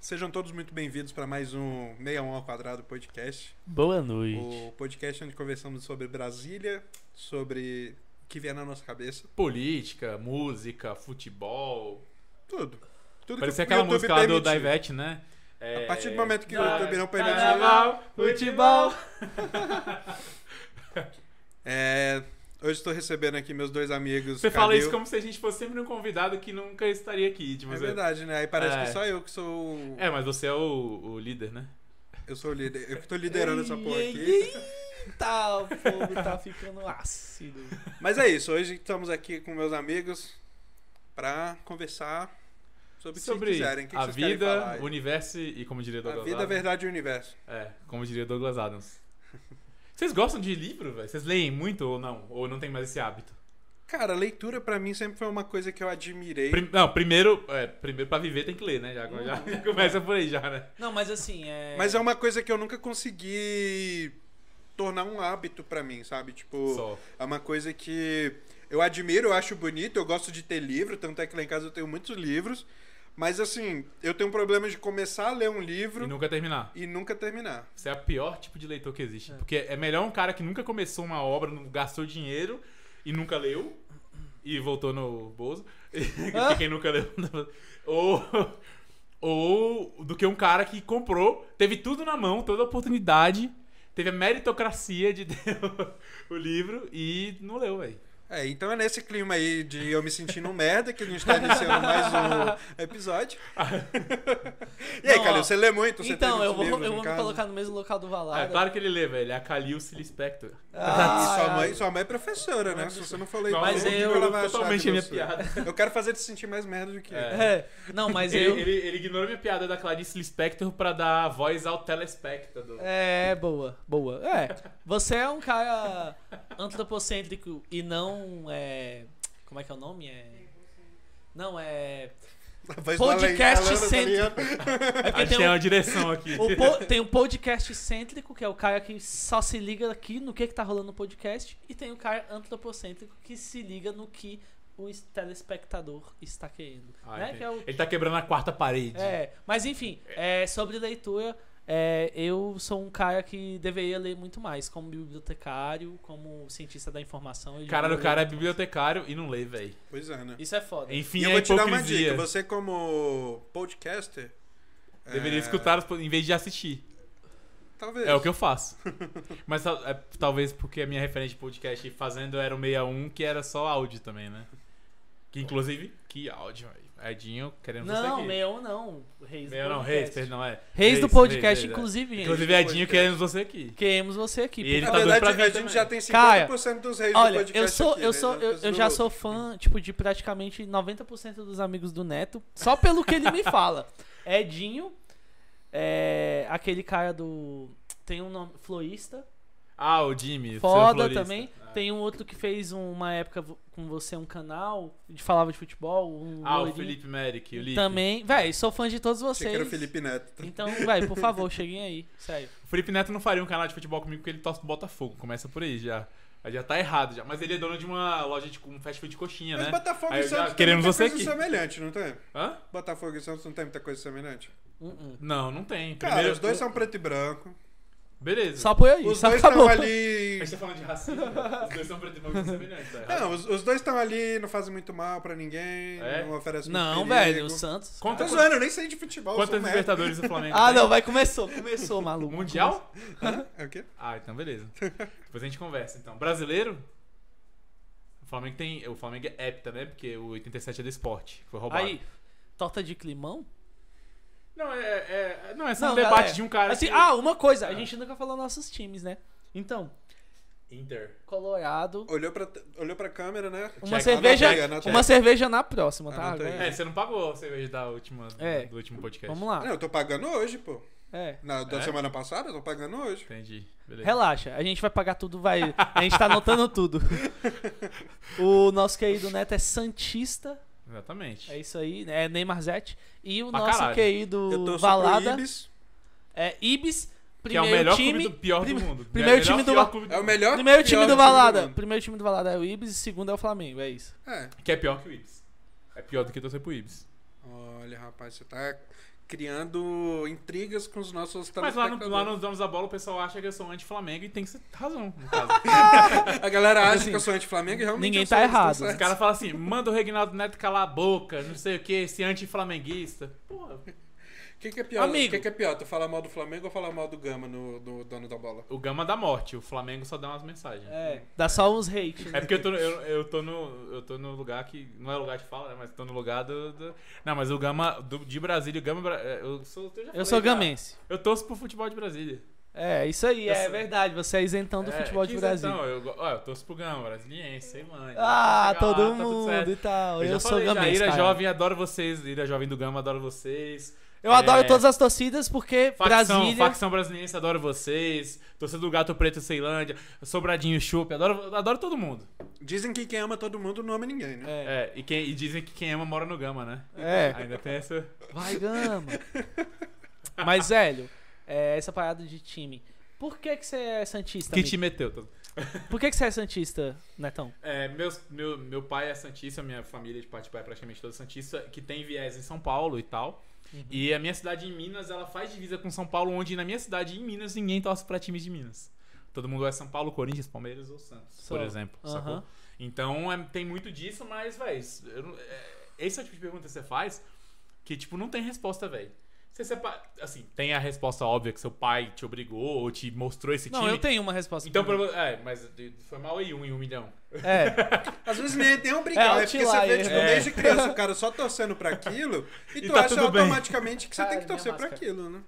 Sejam todos muito bem-vindos para mais um 61 ao quadrado podcast. Boa noite. O podcast onde conversamos sobre Brasília, sobre o que vier na nossa cabeça, Política, música, futebol. tudo. Tudo Parecia que o aquela YouTube música lá do, permite. da Ivete, né? É, A partir do momento que o da- YouTube não permite- Carnaval, futebol. É, hoje estou recebendo aqui meus dois amigos. Você fala Calil. isso como se a gente fosse sempre um convidado que nunca estaria aqui. Tipo, É você- verdade, né? Aí parece É. que só eu que sou. o- É, mas você é o, o líder, né? Eu sou o líder. Eu que tô liderando essa porra aqui. Eita, o fogo tá ficando ácido. Mas é isso, hoje estamos aqui com meus amigos pra conversar sobre, o que Sobre vocês quiserem. O que a vocês querem falar? vida, o universo e como diria A Douglas vida, a Adams. verdade e o universo. É, como diria Douglas Adams. Vocês gostam de livro, velho? Vocês leem muito ou não? Ou não tem mais esse hábito? Cara, leitura pra mim sempre foi uma coisa que eu admirei. Prim- não, primeiro, é, primeiro pra viver tem que ler, né? Já, já- Uhum. já começa por aí já, né? Não, mas assim, é. Mas é uma coisa que eu nunca consegui tornar um hábito pra mim, sabe? Tipo, Só. é uma coisa que eu admiro, eu acho bonito, eu gosto de ter livro, tanto é que lá em casa eu tenho muitos livros. Mas assim, eu tenho um problema de começar a ler um livro E nunca terminar. e nunca terminar. Você é o pior tipo de leitor que existe. É. Porque é melhor um cara que nunca começou uma obra, não gastou dinheiro e nunca leu. E voltou no Bozo. Ah. Porque quem nunca leu. Ou. Ou do que um cara que comprou, teve tudo na mão, toda a oportunidade, teve a meritocracia de ter o, o livro e não leu, velho. É, então é nesse clima aí de eu me sentindo um merda que a gente tá iniciando mais um episódio. e aí, Ah. Não, Calil, ó, você lê muito? Você Então, tem eu muitos livros vou, eu em vou me casa? colocar no mesmo local do Valar. É claro tá. que ele lê, velho. É a Calil Spector. e sua mãe, sua mãe é professora, né? Se você não falou Não, Mas igual, eu- o que ela vai achar totalmente que a minha eu sou? piada. Eu quero fazer te sentir mais merda do que eu. É. É, não, mas ele, eu. ele, ele ignorou minha piada da Clarice Lispector pra dar voz ao telespectador. É, boa, boa. É. Você é um cara antropocêntrico e não é. Como é que é o nome? É. Não, é. A voz do Podcast Alan, tá ligado? É A porque gente tem tem um, uma direção aqui. o po- tem um podcast cêntrico, que é o cara que só se liga aqui no que, que tá rolando no podcast, e tem o cara antropocêntrico que se liga no que o es- telespectador está querendo. Ah, né? entendi. Que é o- Ele tá quebrando a quarta parede. é, mas enfim, é, sobre leitura, é, eu sou um cara que deveria ler muito mais, como bibliotecário, como cientista da informação. eu Cara do deveria cara é ler. bibliotecário e não lê, velho. Pois é, né? Isso é foda. Enfim, E eu é vou te dar uma hipocrisia. dica. Você, como podcaster. Deveria é, escutar os po- em vez de assistir. Talvez. É o que eu faço. Mas tal- é, talvez porque a minha referência de podcast fazendo era o 61, que era só áudio também, né? Que inclusive, que áudio, velho. Edinho, queremos você Não, aqui. meu não. Reis Meu do não, podcast. Reis, perdão, é. Reis do Reis, podcast, Reis, é. inclusive, gente. Inclusive, Reis do Edinho, podcast. queremos você aqui. Queremos você aqui. E porque- ele Na tá doido verdade, pra a vir gente também. já tem 50% Cara, dos reis do Olha, podcast. eu sou, aqui, eu né? sou, eu, eu Do- já sou fã, tipo, de praticamente 90% dos amigos do Neto, só pelo que ele me fala. Edinho, é, aquele cara do tem um nome florista, Ah, o Jimmy. o foda florista. também. Ah. Tem um outro que fez uma época vo- com você um canal de falava de futebol, um Ah, o loirinho. Felipe Merrick, o Lipe. Também, véi, sou fã de todos Achei vocês. que era o Felipe Neto. Então, véi, por favor, cheguem aí, sério. O Felipe Neto não faria um canal de futebol comigo porque ele torce pro Botafogo. Começa por aí já. Aí já tá errado já. Mas ele é dono de uma loja de um fast food de coxinha, Mas né? Botafogo Aí e eu já- Santos tem queremos muita você coisa aqui. semelhante, não tem? Hã? Botafogo e Santos não tem muita coisa semelhante? Uh -uh. Não, não tem. Cara, Primeiro- os dois são preto e branco. Beleza. Só por aí, Os só dois É acabou. estão ali... A gente tá falando de racismo. né? os dois são preto e branco semelhantes. Tá errado. Não, os, os dois estão ali, não fazem muito mal pra ninguém, É? não oferecem Não, muito velho, perigo. o Santos. Tô Conta tá zoando, eu nem sei de futebol, sou quantas um merda. Libertadores o Flamengo Ah, tem? não, vai, começou, começou, maluco. Mundial? É o quê? Ah, então beleza. Depois a gente conversa, então. Brasileiro? O Flamengo tem. O Flamengo é hepta, né? Porque o 87 é do esporte. Foi roubado. Aí, torta de climão? Não, é. é- é- não, é só Não, um debate galera, de um cara. Assim, que- ah, uma coisa, a Ah. gente nunca falou nossos times, né? Então, Inter. Colorado, Olhou pra, olhou pra câmera, né? uma Check. cerveja, Anotei, anotei. uma cerveja na próxima, tá? Anotei. Agora- É, você não pagou a cerveja da última, É. do último podcast. Vamos lá. Não, eu tô pagando hoje, pô. É. Na, da É? semana passada, eu tô pagando hoje. Entendi. Beleza. Relaxa, a gente vai pagar tudo, vai. A gente tá anotando tudo. o nosso querido Neto é Santista, Exatamente. é isso aí, né? é Neymar Zete. E o Pra nosso caralho. eu querido tô Valada Ibis. é Ibis, que é primeiro o melhor time. clube do pior prim- do mundo. primeiro É o melhor, time do- pior clube É o melhor Primeiro time pior do Valada. mundo. Primeiro time do Valada é o Ibis e segundo é o Flamengo, é isso. É. Que é pior que o Ibis. É pior do que torcer pro Ibis. Olha, rapaz, você tá criando intrigas com os nossos Mas lá, no, lá telespectadores. nos donos da bola o pessoal acha que eu sou um anti-Flamengo e tem que ser razão, no caso. A galera acha assim, que eu sou anti-Flamengo e realmente ninguém eu sou, tá eles estão errado. Os certos. caras falam assim, manda o Reginaldo Neto calar a boca, não sei o que, esse anti-flamenguista. Porra, O que, que é pior? Amigo. O que, que é pior? Tu falar mal do Flamengo ou falar mal do Gama no, no dono da bola? o Gama da morte, o Flamengo só dá umas mensagens. né? É, dá só uns hate. É Né? porque eu tô, no- eu, eu tô no. Eu tô no lugar que. Não é lugar de fala, né? Mas tô no lugar do. do- não, mas o Gama do- de Brasília, o Gama. Bra- é, Eu sou, eu, já falei Eu sou já. gamense. Eu torço pro futebol de Brasília. É, isso aí, Eu é sou- verdade. Você é isentão do É, futebol de que Brasil. isentão, eu, go- ó, eu torço pro Gama, brasiliense, hein, mano. Ah, Chega todo lá, é. tá tudo mundo certo. e tal. Eu, Eu, já sou falei, já, gamense. Ira cara. Jovem, adoro vocês. Ira Jovem do Gama, adoro vocês. Eu adoro É, todas as torcidas porque Facção, Brasília. facção brasiliense, adoro vocês. Torcida do Gato Preto Ceilândia, Sobradinho Chup, adoro, adoro todo mundo. Dizem que quem ama todo mundo não ama ninguém, né? É. É, e, quem- e dizem que quem ama mora no Gama, né? É. Ainda tem essa. Vai, Gama. Mas, velho, é, essa parada de time. Por que que você é Santista? Que amigo? te meteu, todo. Por que que você é Santista, Netão? É, meus, meu, meu pai é Santista, minha família de parte de pai é praticamente toda Santista, que tem viés em São Paulo e tal. Uhum. E a minha cidade em Minas, ela faz divisa com São Paulo, onde na minha cidade em Minas ninguém torce pra times de Minas. Todo mundo é São Paulo, Corinthians, Palmeiras ou Santos, Só. por exemplo. sacou? Aham. Então é- tem muito disso, mas, velho, esse é o tipo de pergunta que você faz que, tipo, não tem resposta, velho. Você separa. Assim, tem a resposta óbvia que seu pai te obrigou ou te mostrou esse Não, time. eu tenho uma resposta. Então, pra... prova- é, mas foi mal aí, um em um milhão. mim. É, Às vezes nem tem um brigar, é, É, porque você vê, outlier. tipo, É. desde criança o cara só torcendo pra aquilo e, E tu tá acha tudo bem. automaticamente que você tem Cara, que torcer minha pra máscara. aquilo, né?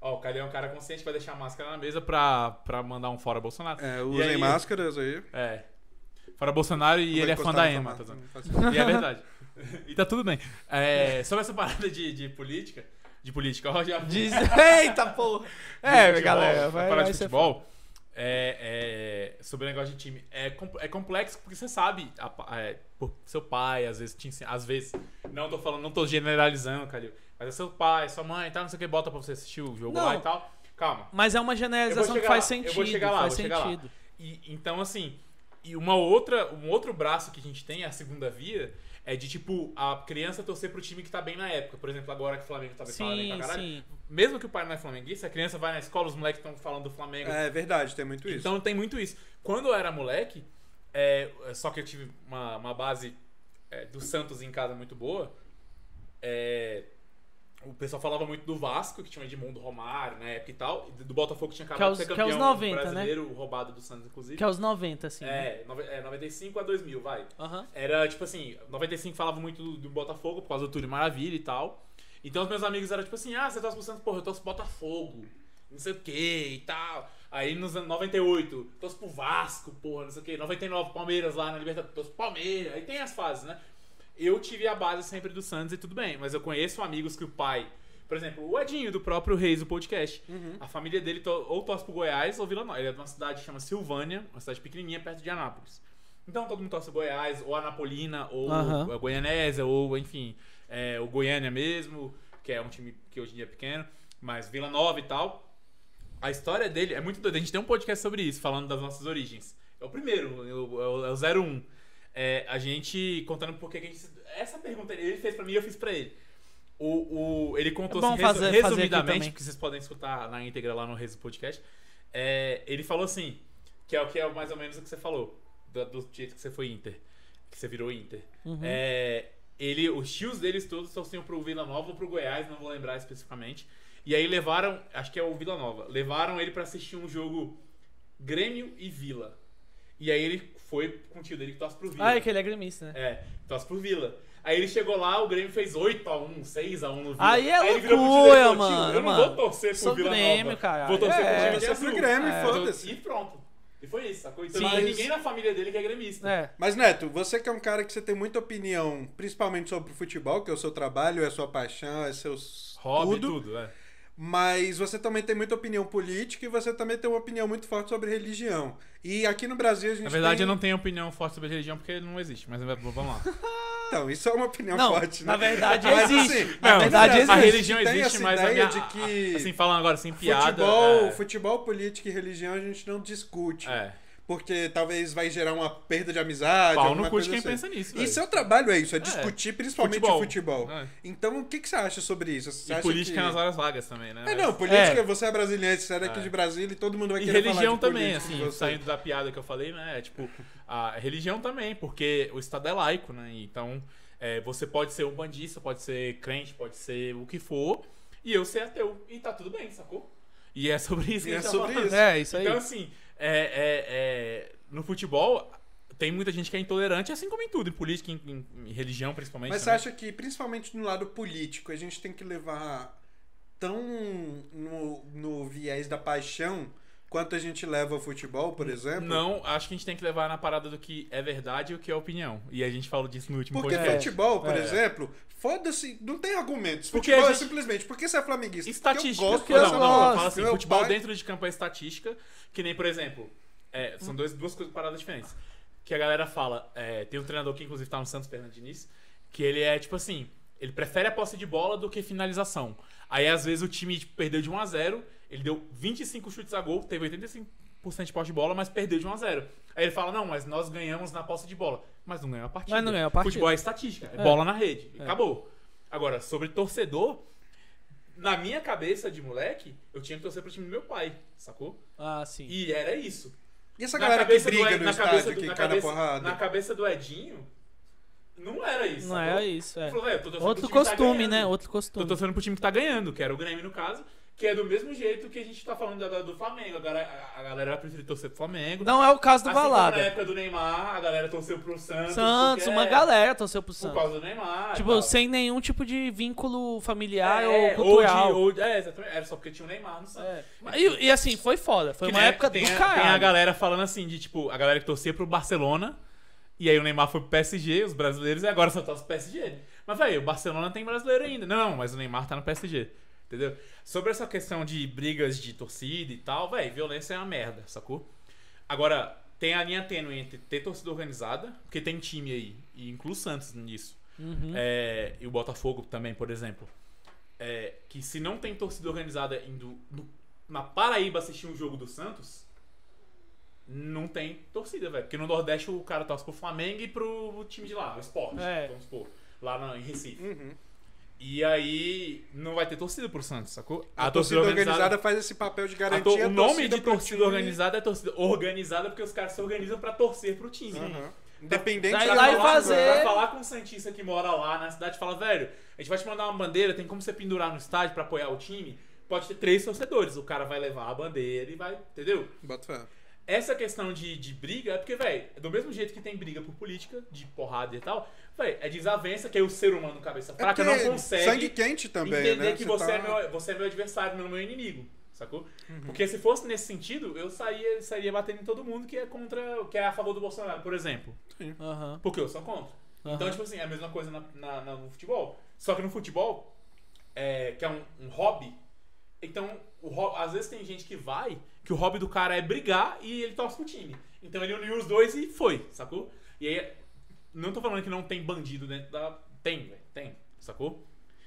Ó, o Calil é um cara consciente vai deixar a máscara na mesa pra, pra mandar um fora Bolsonaro. É, E usem aí- máscaras aí. É. Fora Bolsonaro e Não ele vai é fã encostar da na sua Ema, tá máscara, zoando? não faz isso. E é verdade. e tá tudo bem. É, sobre essa parada de, de política. De política, ó, já. diz... Eita porra! É, futebol, galera, a vai, parada vai de ser futebol. É, é, sobre o negócio de time. É, com- é complexo porque você sabe. a pa- é, por- seu pai, às vezes, te ensina, às vezes. Não tô falando, não tô generalizando, Calil. Mas é seu pai, sua mãe e tal, não sei o que, bota pra você assistir o jogo Não. lá e tal. Calma. Mas é uma Eu vou generalização que chegar faz lá, eu vou sentido. chegar lá, faz eu vou chegar lá. sentido. E, então, assim, e uma outra, um outro braço que a gente tem, a segunda via, é de tipo, a criança torcer pro time que tá bem na época. Por exemplo, agora que o Flamengo tá bem falando aí pra Sim, caralho. sim. Mesmo que o pai não é flamenguista, a criança vai na escola, os moleques estão falando do Flamengo. É verdade, tem muito isso. então tem muito isso. Quando eu era moleque, é, só que eu tive uma, uma base é, do Santos em casa muito boa. é, o pessoal falava muito do Vasco, que tinha o Edmundo Romário na época e tal. e Do Botafogo que tinha acabado os- de ser que é os campeão 90, né? brasileiro, roubado do Santos, inclusive. Que é os 90, assim. né? É, nove- é, 95 a 2000, vai. Aham. Era tipo assim, 95 falava muito do, do Botafogo por causa do Túlio Maravilha e tal. Então os meus amigos eram tipo assim, ah, você torce pro Santos, porra, eu torço pro Botafogo, não sei o que e tal. Aí nos anos 98, torço pro Vasco, porra, não sei o que. 99, Palmeiras lá na Libertadores, torço pro Palmeiras. Aí tem as fases, né? Eu tive a base sempre do Santos e tudo bem, mas eu conheço amigos que o pai... Por exemplo, o Edinho, do próprio Reis, do podcast. A família dele to- ou torce pro Goiás ou Vila Nova. Ele é de uma cidade que chama Silvânia, uma cidade pequenininha perto de Anápolis. Então todo mundo torce Goiás, ou Anapolina, ou Aham. a Goianésia, ou enfim, é, o Goiânia mesmo, que é um time que hoje em dia é pequeno, mas Vila Nova e tal. A história dele é muito doida. A gente tem um podcast sobre isso, falando das nossas origens. É o primeiro, é o, é o- é o 01. É, a gente contando por que que a gente. Essa pergunta ele fez pra mim e eu fiz pra ele. O, o- ele contou É bom assim, resu- fazer- fazer aqui resumidamente, também. que vocês podem escutar na íntegra lá no Rezo Podcast. É, ele falou assim, que é o que é mais ou menos o que você falou, do, do jeito que você foi Inter, que você virou Inter. Uhum. É, ele, os tios deles todos torciam pro Vila Nova ou pro Goiás, não vou lembrar especificamente. E aí levaram, acho que é o Vila Nova, levaram ele pra assistir um jogo Grêmio e Vila. E aí ele foi com o tio dele que torce pro Vila. Ah, é que ele é gremista, né? É, torce pro Vila. Aí ele chegou lá, o Grêmio fez 8x1, 6x1 no Vila. Aí é ele virou pro loucura, diretor, "Tio, mano, Eu não mano. vou torcer pro Sou Vila Grêmio, Nova. caralho. Vou torcer É, pro time de torcer pro azul. Grêmio, É. foda-se. E pronto. E foi isso, sacou? Então Sim. não tem ninguém na família dele que é gremista. É. Mas, Neto, você que é um cara que você tem muita opinião, principalmente sobre o futebol, que é o seu trabalho, é a sua paixão, é seus Hobby, tudo. tudo, é. Mas você também tem muita opinião política e você também tem uma opinião muito forte sobre religião. E aqui no Brasil a gente Na verdade, tem... eu não tenho opinião forte sobre religião porque não existe, mas é, vamos lá. Então, isso é uma opinião Não, forte, né? na verdade Mas, existe. assim, Na Não, verdade a existe. A religião Tem existe, essa mas a ideia minha. de que Assim, falando agora, assim, piada. futebol, é, futebol, política e religião a gente não discute. é. porque talvez vai gerar uma perda de amizade. Pau alguma no cu coisa de quem assim. pensa nisso. E velho. seu trabalho é isso, é discutir principalmente Futebol. futebol. futebol. É. Então, o que, que você acha sobre isso? Você E acha política é que... nas horas vagas também, né? É, não, política, É. você é brasileiro, você é daqui É. de Brasília e todo mundo vai E querer falar religião de também, política com assim, você. saindo da piada que eu falei, né? é, Tipo, a religião também, porque o Estado é laico, né? Então, é, você pode ser um bandista, pode ser crente, pode ser o que for, e eu ser ateu. E tá tudo bem, sacou? E é sobre isso E que a é gente tá sobre falando. isso. É, isso aí. Então, assim, é, é- é, no futebol tem muita gente que é intolerante, assim como em tudo, em política, em, em- em religião principalmente. Mas você também. acha que, principalmente no lado político, a gente tem que levar tão no, no viés da paixão quanto a gente leva o futebol, por exemplo? Não, acho que a gente tem que levar na parada do que é verdade e o que é opinião. E a gente falou disso no último Porque podcast. futebol, por É. exemplo, foda-se, não tem argumentos. Porque Futebol a é gente- simplesmente, por que você é flamenguista? Estatística. Porque eu não, gosto eu não, não, gosto, fala assim, meu futebol pai- dentro de campo é estatística, que nem, por exemplo, é, são dois, duas coisas paradas diferentes. Que a galera fala, é, tem um treinador que inclusive tá no Santos, Fernando Diniz, que ele é tipo assim, ele prefere a posse de bola do que finalização. Aí às vezes o time tipo, perdeu de 1 a 0 ele deu 25 chutes a gol, teve 85% de posse de bola, mas perdeu de 1 a 0 Aí ele fala, não, mas nós ganhamos na posse de bola. Mas não ganhou a partida. Mas não ganhou a partida. Futebol é estatística, é, É. bola na rede. É. Acabou. Agora, sobre torcedor, na minha cabeça de moleque, eu tinha que torcer pro time do meu pai, sacou? Ah, sim. E era isso. E essa galera que briga no estádio, que cai na cabeça, porrada? na cabeça do Edinho, não era isso. Não sacou? é isso, é. Ele falou, "Véi, eu tô torcendo pro Outro time que tá costume, né? ganhando." Outro Tô costume. torcendo pro time que tá ganhando, que era o Grêmio no caso, que é do mesmo jeito que a gente tá falando agora do Flamengo. Agora a galera prefere torcer pro Flamengo. Não é o caso do Assim como na Balada. época do Neymar, a galera torceu pro Santos. Santos, porque uma é, galera torceu pro Por Santos. causa do Neymar. e Tipo, tal. sem nenhum tipo de vínculo familiar É, ou cultural. de- ou de- é, exatamente. Era só porque tinha o Neymar no Santos. É. E, e assim, foi foda. Foi Que uma nem- época tem do a, caralho. Tem a galera falando assim, de tipo, a galera que torcia pro Barcelona, e aí o Neymar foi pro PSG, os brasileiros, e agora só tá os PSG. Mas, velho, o Barcelona tem brasileiro ainda. Não, mas o Neymar tá no PSG. Entendeu? Sobre essa questão de brigas de torcida e tal, velho, violência é uma merda, sacou? Agora, tem a linha tênue entre ter torcida organizada, porque tem time aí, e inclui o Santos nisso. Uhum. É, e o Botafogo também, por exemplo. É, que se não tem torcida organizada indo no- na Paraíba assistir um jogo do Santos, não tem torcida, velho. Porque no Nordeste o cara torce pro Flamengo e pro time de lá, o Sport, É. vamos supor, lá na- em Recife. Uhum. E aí não vai ter torcida pro Santos, sacou? A, torcida, organizada, faz esse papel de a garantir to- a o nome torcida de pro torcida time. organizada é torcida organizada porque os caras se organizam pra torcer pro time. Aham. Independente Vai da lá e torcida. fazer. Uhum. Vai falar com o Santista que mora lá na cidade e fala, velho, a gente vai te mandar uma bandeira, tem como você pendurar no estádio pra apoiar o time? Pode ter três torcedores. O cara vai levar a bandeira e vai, entendeu? Bota fé. Essa questão de, de briga é porque, velho, do mesmo jeito que tem briga por política, de porrada e tal, velho, é desavença que aí o ser humano cabeça É fraca porque não consegue sangue quente também, entender né? que Você você, tá- Uhum. é meu, você é meu adversário, não meu inimigo. Sacou? Porque se fosse nesse sentido, eu saía, sairia batendo em todo mundo que é contra, que é a favor do Bolsonaro, por exemplo. Aham. Porque eu sou contra. Então, Aham. tipo assim, é a mesma coisa na, na- na- no futebol. Só que no futebol, é, que é um, um hobby, então, o ho- às vezes tem gente que vai, que o hobby do cara é brigar e ele torce pro time. Então ele uniu os dois e foi, sacou? E aí, não tô falando que não tem bandido dentro da. Tem, velho, tem, sacou?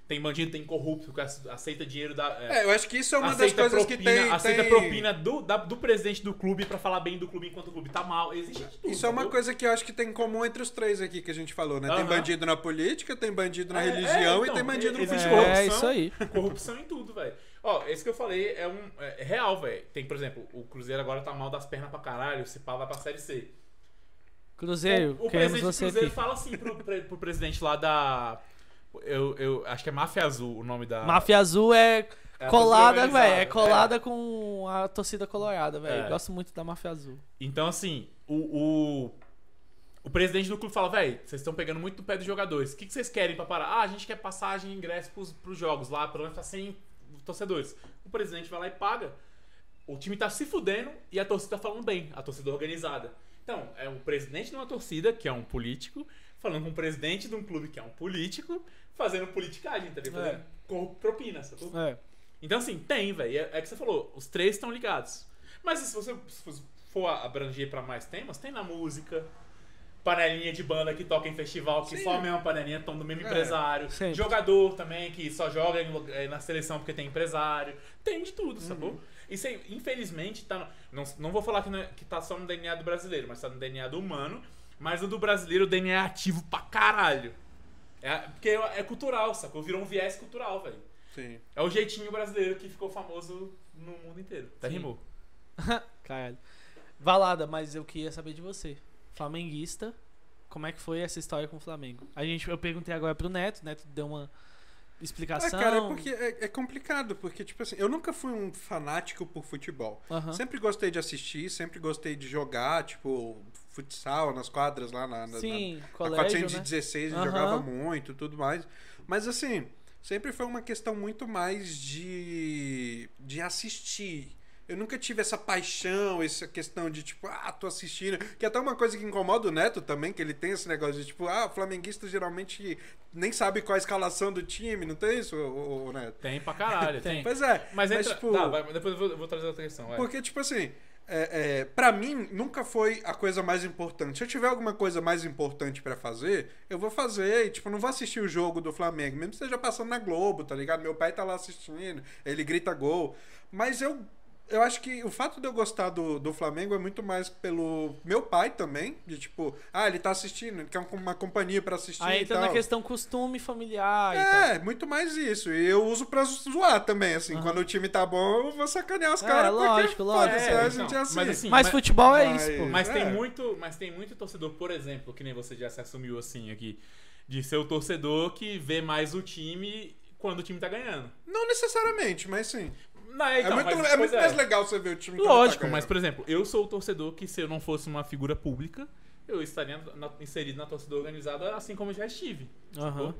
Tem bandido, tem corrupto, que ace- aceita dinheiro da. é, É, eu acho que isso é uma das aceita coisas propina, que tem. aceita tem- propina do, da- do presidente do clube pra falar bem do clube enquanto o clube tá mal. Existe de tudo, Isso é uma sacou? coisa que eu acho que tem em comum entre os três aqui que a gente falou, né? Tem Aham. bandido na política, tem bandido na É, é, religião então, e tem bandido no existe futebol. É, corrupção. isso aí. Corrupção em tudo, velho. Ó, esse que eu falei é um é real, velho. Tem, por exemplo, o Cruzeiro agora tá mal das pernas pra caralho, se pá vai pra Série C. Cruzeiro, o, o É, queremos presidente do você Cruzeiro aqui. fala assim pro, pre- pro presidente lá da... Eu, eu acho que é Máfia Azul o nome da... Máfia Azul é é a colada, torcida velho. É organizada. colada com a torcida colorada, velho. É. Gosto muito da Máfia Azul. Então, assim, o, o, o presidente do clube fala, velho, vocês estão pegando muito no pé dos jogadores. O que, que vocês querem pra parar? Ah, a gente quer passagem e ingresso pros, pros jogos lá, pelo menos tá sem torcedores. O presidente vai lá e paga. O time tá se fudendo e a torcida tá falando bem, a torcida organizada. Então, é um presidente de uma torcida, que é um político, falando com um presidente de um clube, que é um político, fazendo politicagem, tá ligado? É. Fazendo corru- propina, sacou? É. Então, assim, tem, velho. É, é que você falou, os três estão ligados. Mas assim, se você f- for abranger pra mais temas, tem na música. Panelinha de banda que toca em festival, que Sim. só a mesma panelinha toma do mesmo É, empresário. sempre. Uhum. Jogador também, que só joga em lu- eh, na seleção porque tem empresário. Tem de tudo, sacou? Isso aí, infelizmente, tá. no- Não, não vou falar que, não é- que tá só no DNA do brasileiro, mas tá no DNA do humano. Mas o do brasileiro, o DNA é ativo pra caralho. É, porque é é cultural, sacou? Virou um viés cultural, velho. Sim. É o jeitinho brasileiro que ficou famoso no mundo inteiro. Até Sim. rimou. Caralho. Valada, mas eu queria saber de você. Flamenguista, como é que foi essa história com o Flamengo? A gente, eu perguntei agora pro Neto, o Neto deu uma Ah, explicação. cara, é porque é, é complicado, porque, tipo assim, eu nunca fui um fanático por futebol. Aham. Sempre gostei de assistir, sempre gostei de jogar, tipo, futsal nas quadras lá na, na, né? na, Sim, A colégio, né? 416 Aham. eu jogava muito tudo mais. Mas assim, sempre foi uma questão muito mais de, de assistir. Eu nunca tive essa paixão, essa questão de tipo, ah, tô assistindo. Que é até uma coisa que incomoda o Neto também, que ele tem esse negócio de tipo, ah, flamenguista geralmente nem sabe qual a escalação do time, não tem isso, ô, ô, ô, Neto? Tem pra caralho, tem. Pois é, Mas, mas, entra... tipo- Tá, vai, mas depois eu vou, eu vou trazer outra questão. vai. porque, tipo assim, é, é, pra mim, nunca foi a coisa mais importante. Se eu tiver alguma coisa mais importante pra fazer, eu vou fazer. E, tipo, não vou assistir o jogo do Flamengo, mesmo que esteja passando na Globo, tá ligado? Meu pai tá lá assistindo, ele grita gol. Mas eu. Eu acho que o fato de eu gostar do, do Flamengo é muito mais pelo meu pai também, de tipo, ah, ele tá assistindo, ele quer uma companhia pra assistir Aí e entra tal. na questão costume familiar e tal. É, muito mais isso. E eu uso pra zoar também, assim. Aham. Quando o time tá bom, eu vou sacanear os É, caras. lógico, porque, lógico. foda-se, É, a então, gente mas assim. assim, Mas mas- futebol é mas- isso, pô. Mas É. tem muito, mas tem muito torcedor, por exemplo, que nem você já se assumiu assim aqui, de ser o torcedor que vê mais o time quando o time tá ganhando. Não necessariamente, mas sim. Não, é, então, é muito, mas, é pois muito é. mais legal você ver o time. quando Lógico, tá mas ganhando. por exemplo, eu sou o torcedor que se eu não fosse uma figura pública, eu estaria na- inserido na torcida organizada assim como eu já estive. Aham.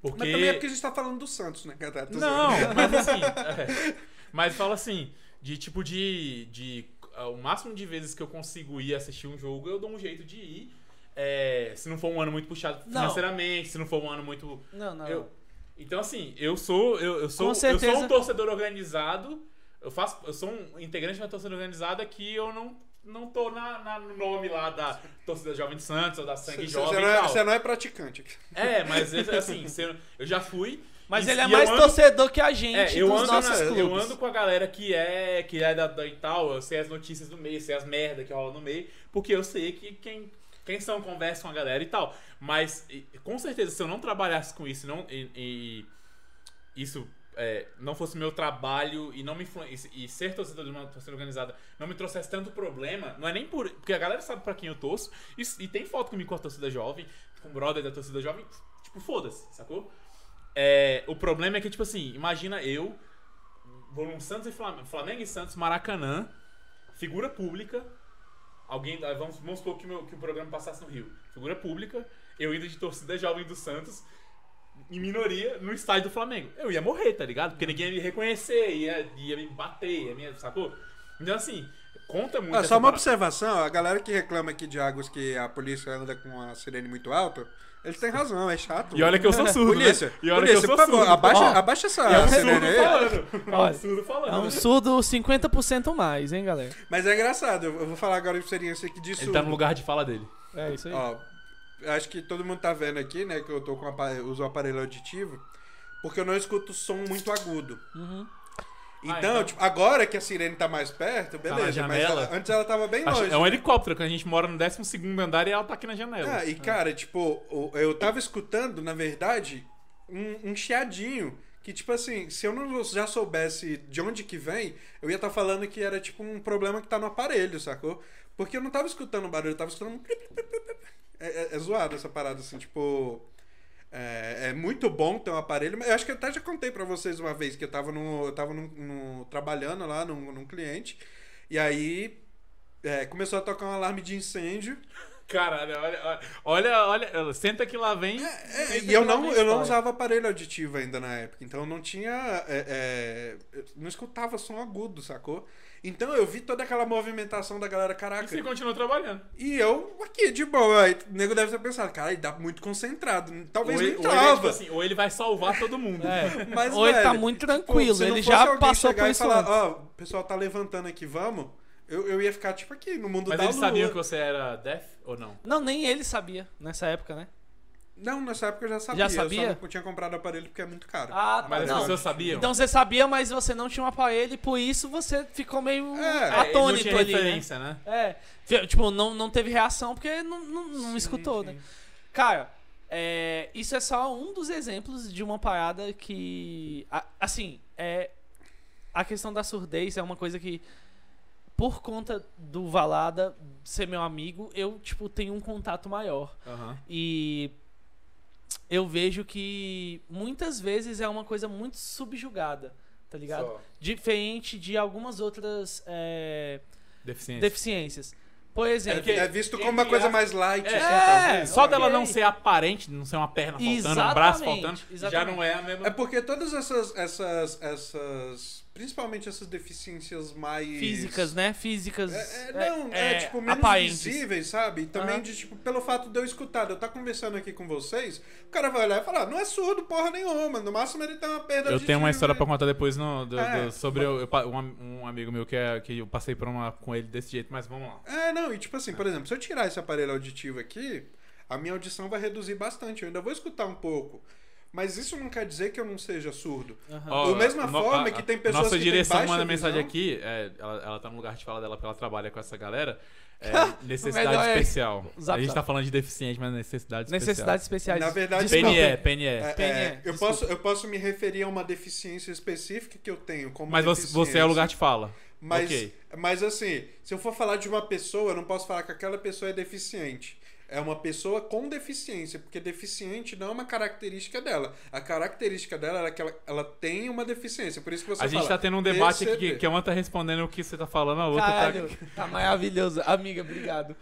Porque... Mas também é porque a gente tá falando do Santos, né, cara? Tô Não, zoando. mas assim. é. mas fala assim, de tipo de. de ah, o máximo de vezes que eu consigo ir assistir um jogo, eu dou um jeito de ir. É, se não for um ano muito puxado Não. financeiramente, se não for um ano muito. Não, não. Eu, então, assim, eu sou. Eu, eu sou, Com eu certeza. sou um torcedor organizado. Eu, faço, eu sou um integrante da torcida organizada que eu não, não tô na, na- no nome lá da torcida Jovem de Santos ou da Sangue Você- Jovem Você e não, é, tal. você não é praticante. É, mas assim, se eu- eu já fui. Mas e- ele é e eu mais ando- torcedor que a gente é, eu dos ando, nossos na- clubes. eu ando com a galera que é que é da, da e tal, eu sei as notícias do meio, eu sei as merda que rola no meio, porque eu sei que quem, quem são conversa com a galera e tal. Mas e- com certeza, se eu não trabalhasse com isso não, e, e isso é, não fosse meu trabalho e não me influ- e, e ser torcedor de uma torcida organizada não me trouxesse tanto problema, não é nem por. Porque a galera sabe pra quem eu torço, e, e tem foto comigo com a torcida jovem, com o brother da torcida jovem, tipo, foda-se, sacou? É, o problema é que, tipo assim, imagina eu, vou num Santos e Flamengo, Flamengo e Santos, Maracanã, figura pública, alguém, ah, vamos, vamos supor que, o meu- que o programa passasse no Rio, figura pública, eu indo de torcida jovem do Santos, em minoria, no estádio do Flamengo. Eu ia morrer, tá ligado? Porque ninguém ia me reconhecer, ia, ia me bater, ia me, sacou? Então, assim, conta muito. Ah, essa só uma parada. observação: a galera que reclama aqui de águas que a polícia anda com a sirene muito alta, eles têm razão, é chato. E olha que eu sou surdo, né? Polícia, E olha polícia que eu sou por favor, surdo. abaixa, Ó, abaixa essa É um sirene surdo aí. falando. É um Olha, surdo falando. É um né? tá surdo 50% mais, hein, galera? Mas é engraçado, eu eu vou falar agora de experiência aqui de Ele tá no surdo. lugar de fala dele. É isso aí. Ó, acho que todo mundo tá vendo aqui, né? Que eu tô com apa- uso aparelho auditivo, porque eu não escuto som muito agudo. Uhum. Então, Ah, então. tipo, agora que a sirene tá mais perto, na beleza. mas janela? ela- antes ela tava bem Acho- longe. É um helicóptero, que a gente mora no 12 andar e ela tá aqui na janela. Ah, e cara, tipo, o- eu tava escutando, na verdade, um, um chiadinho. Que, tipo assim, se eu não já soubesse de onde que vem, eu ia estar falando que era tipo um problema que tá no aparelho, sacou? Porque eu não tava escutando o barulho, eu tava escutando. um plip, plip, plip, plip. É, é, é zoado essa parada, assim, tipo. É, é muito bom ter um aparelho. mas Eu acho que eu até já contei pra vocês uma vez que eu tava, no, eu tava num- num- trabalhando lá num, num cliente. E aí é, começou a tocar um alarme de incêndio. Caralho, olha, olha, olha, olha, ela- senta que lá vem. senta É, que e eu lá não, vem eu não história. usava aparelho auditivo ainda na época, então eu não tinha. é, é, eu não escutava som agudo, sacou? Então eu vi toda aquela movimentação da galera, E você caraca. continua trabalhando. E eu aqui, de boa. Aí o nego deve ter pensado, cara, ele tá muito concentrado. Talvez ou, ele, nem ou ele é, tipo tava. assim, ou ele vai salvar todo mundo. É. Mas, Ou ele tá velho, muito tipo, tranquilo, se não ele fosse já alguém passou chegar por e isso falar, antes. Ó, o pessoal tá levantando aqui, vamos. Eu, eu ia ficar, tipo, aqui, no mundo Mas da eles lua. sabiam que você era deaf ou não? Não, nem ele sabia nessa época, né? Não, nessa época eu já sabia. Já sabia? Eu só não tinha comprado aparelho porque é muito caro. Ah, tá. Mas as Não. pessoas sabiam. Então você sabia, mas você não tinha um aparelho e por isso você ficou meio É, É, não atônito tinha ali, né? referência, né? É, Fi- tipo, não, não teve reação porque não, não, não escutou, né? Cara, é, isso é só um dos exemplos de uma parada que. a- assim, é, a questão da surdez é uma coisa que, por conta do Valada ser meu amigo, eu, tipo, tenho um contato maior. Aham. E eu vejo que muitas vezes é uma coisa muito subjugada, tá ligado? Diferente de algumas outras é, Deficiência. deficiências. Por exemplo. É, é visto como uma entre coisa as- mais light. É, assim, é, talvez. Só dela Ok. não ser aparente, não ser uma perna faltando, um Exatamente, braço faltando, já exatamente. não é a mesma. É porque todas essas, essas, essas, principalmente essas deficiências mais Físicas, né? Físicas. É, é, não, é, tipo menos aparentes. visíveis, sabe? E Também Aham. de tipo pelo fato de eu escutar, de eu estar conversando aqui com vocês, o cara vai olhar e falar, não é surdo porra nenhuma, no máximo ele tem uma perda Eu de tenho uma tiro, história né?" pra contar depois no, do- É. do- sobre eu- eu pa- um, um amigo meu que, é, que eu passei por uma com ele desse jeito, mas vamos lá. É, não, e tipo assim, por exemplo, se eu tirar esse aparelho auditivo aqui, a minha audição vai reduzir bastante. Eu ainda vou escutar um pouco. Mas isso não quer dizer que eu não seja surdo. Ó, Da mesma forma que tem pessoas Nossa que têm direção baixa manda visão. mensagem aqui, é, ela, ela tá no lugar de fala dela porque ela trabalha com essa galera. é, necessidade Melhor é especial. zap, a gente zap. tá falando de deficiente, mas necessidade Necessidades especiais. Na verdade, especial. PNE, Desculpa. PNE. É, Tem, é, é, eu, desculpa. posso, eu posso me referir a uma deficiência específica que eu tenho. Como Mas você, deficiência. você é o lugar de fala. Mas, Ok. mas assim, se eu for falar de uma pessoa, eu não posso falar que aquela pessoa é deficiente. É uma pessoa com deficiência, porque deficiente não é uma característica dela. A característica dela é que ela, ela tem uma deficiência. Por isso que você A gente fala, tá tendo um debate aqui que, PCD. que uma tá respondendo o que você tá falando, a outra tá. Caralho, tá maravilhoso. Amiga, obrigado.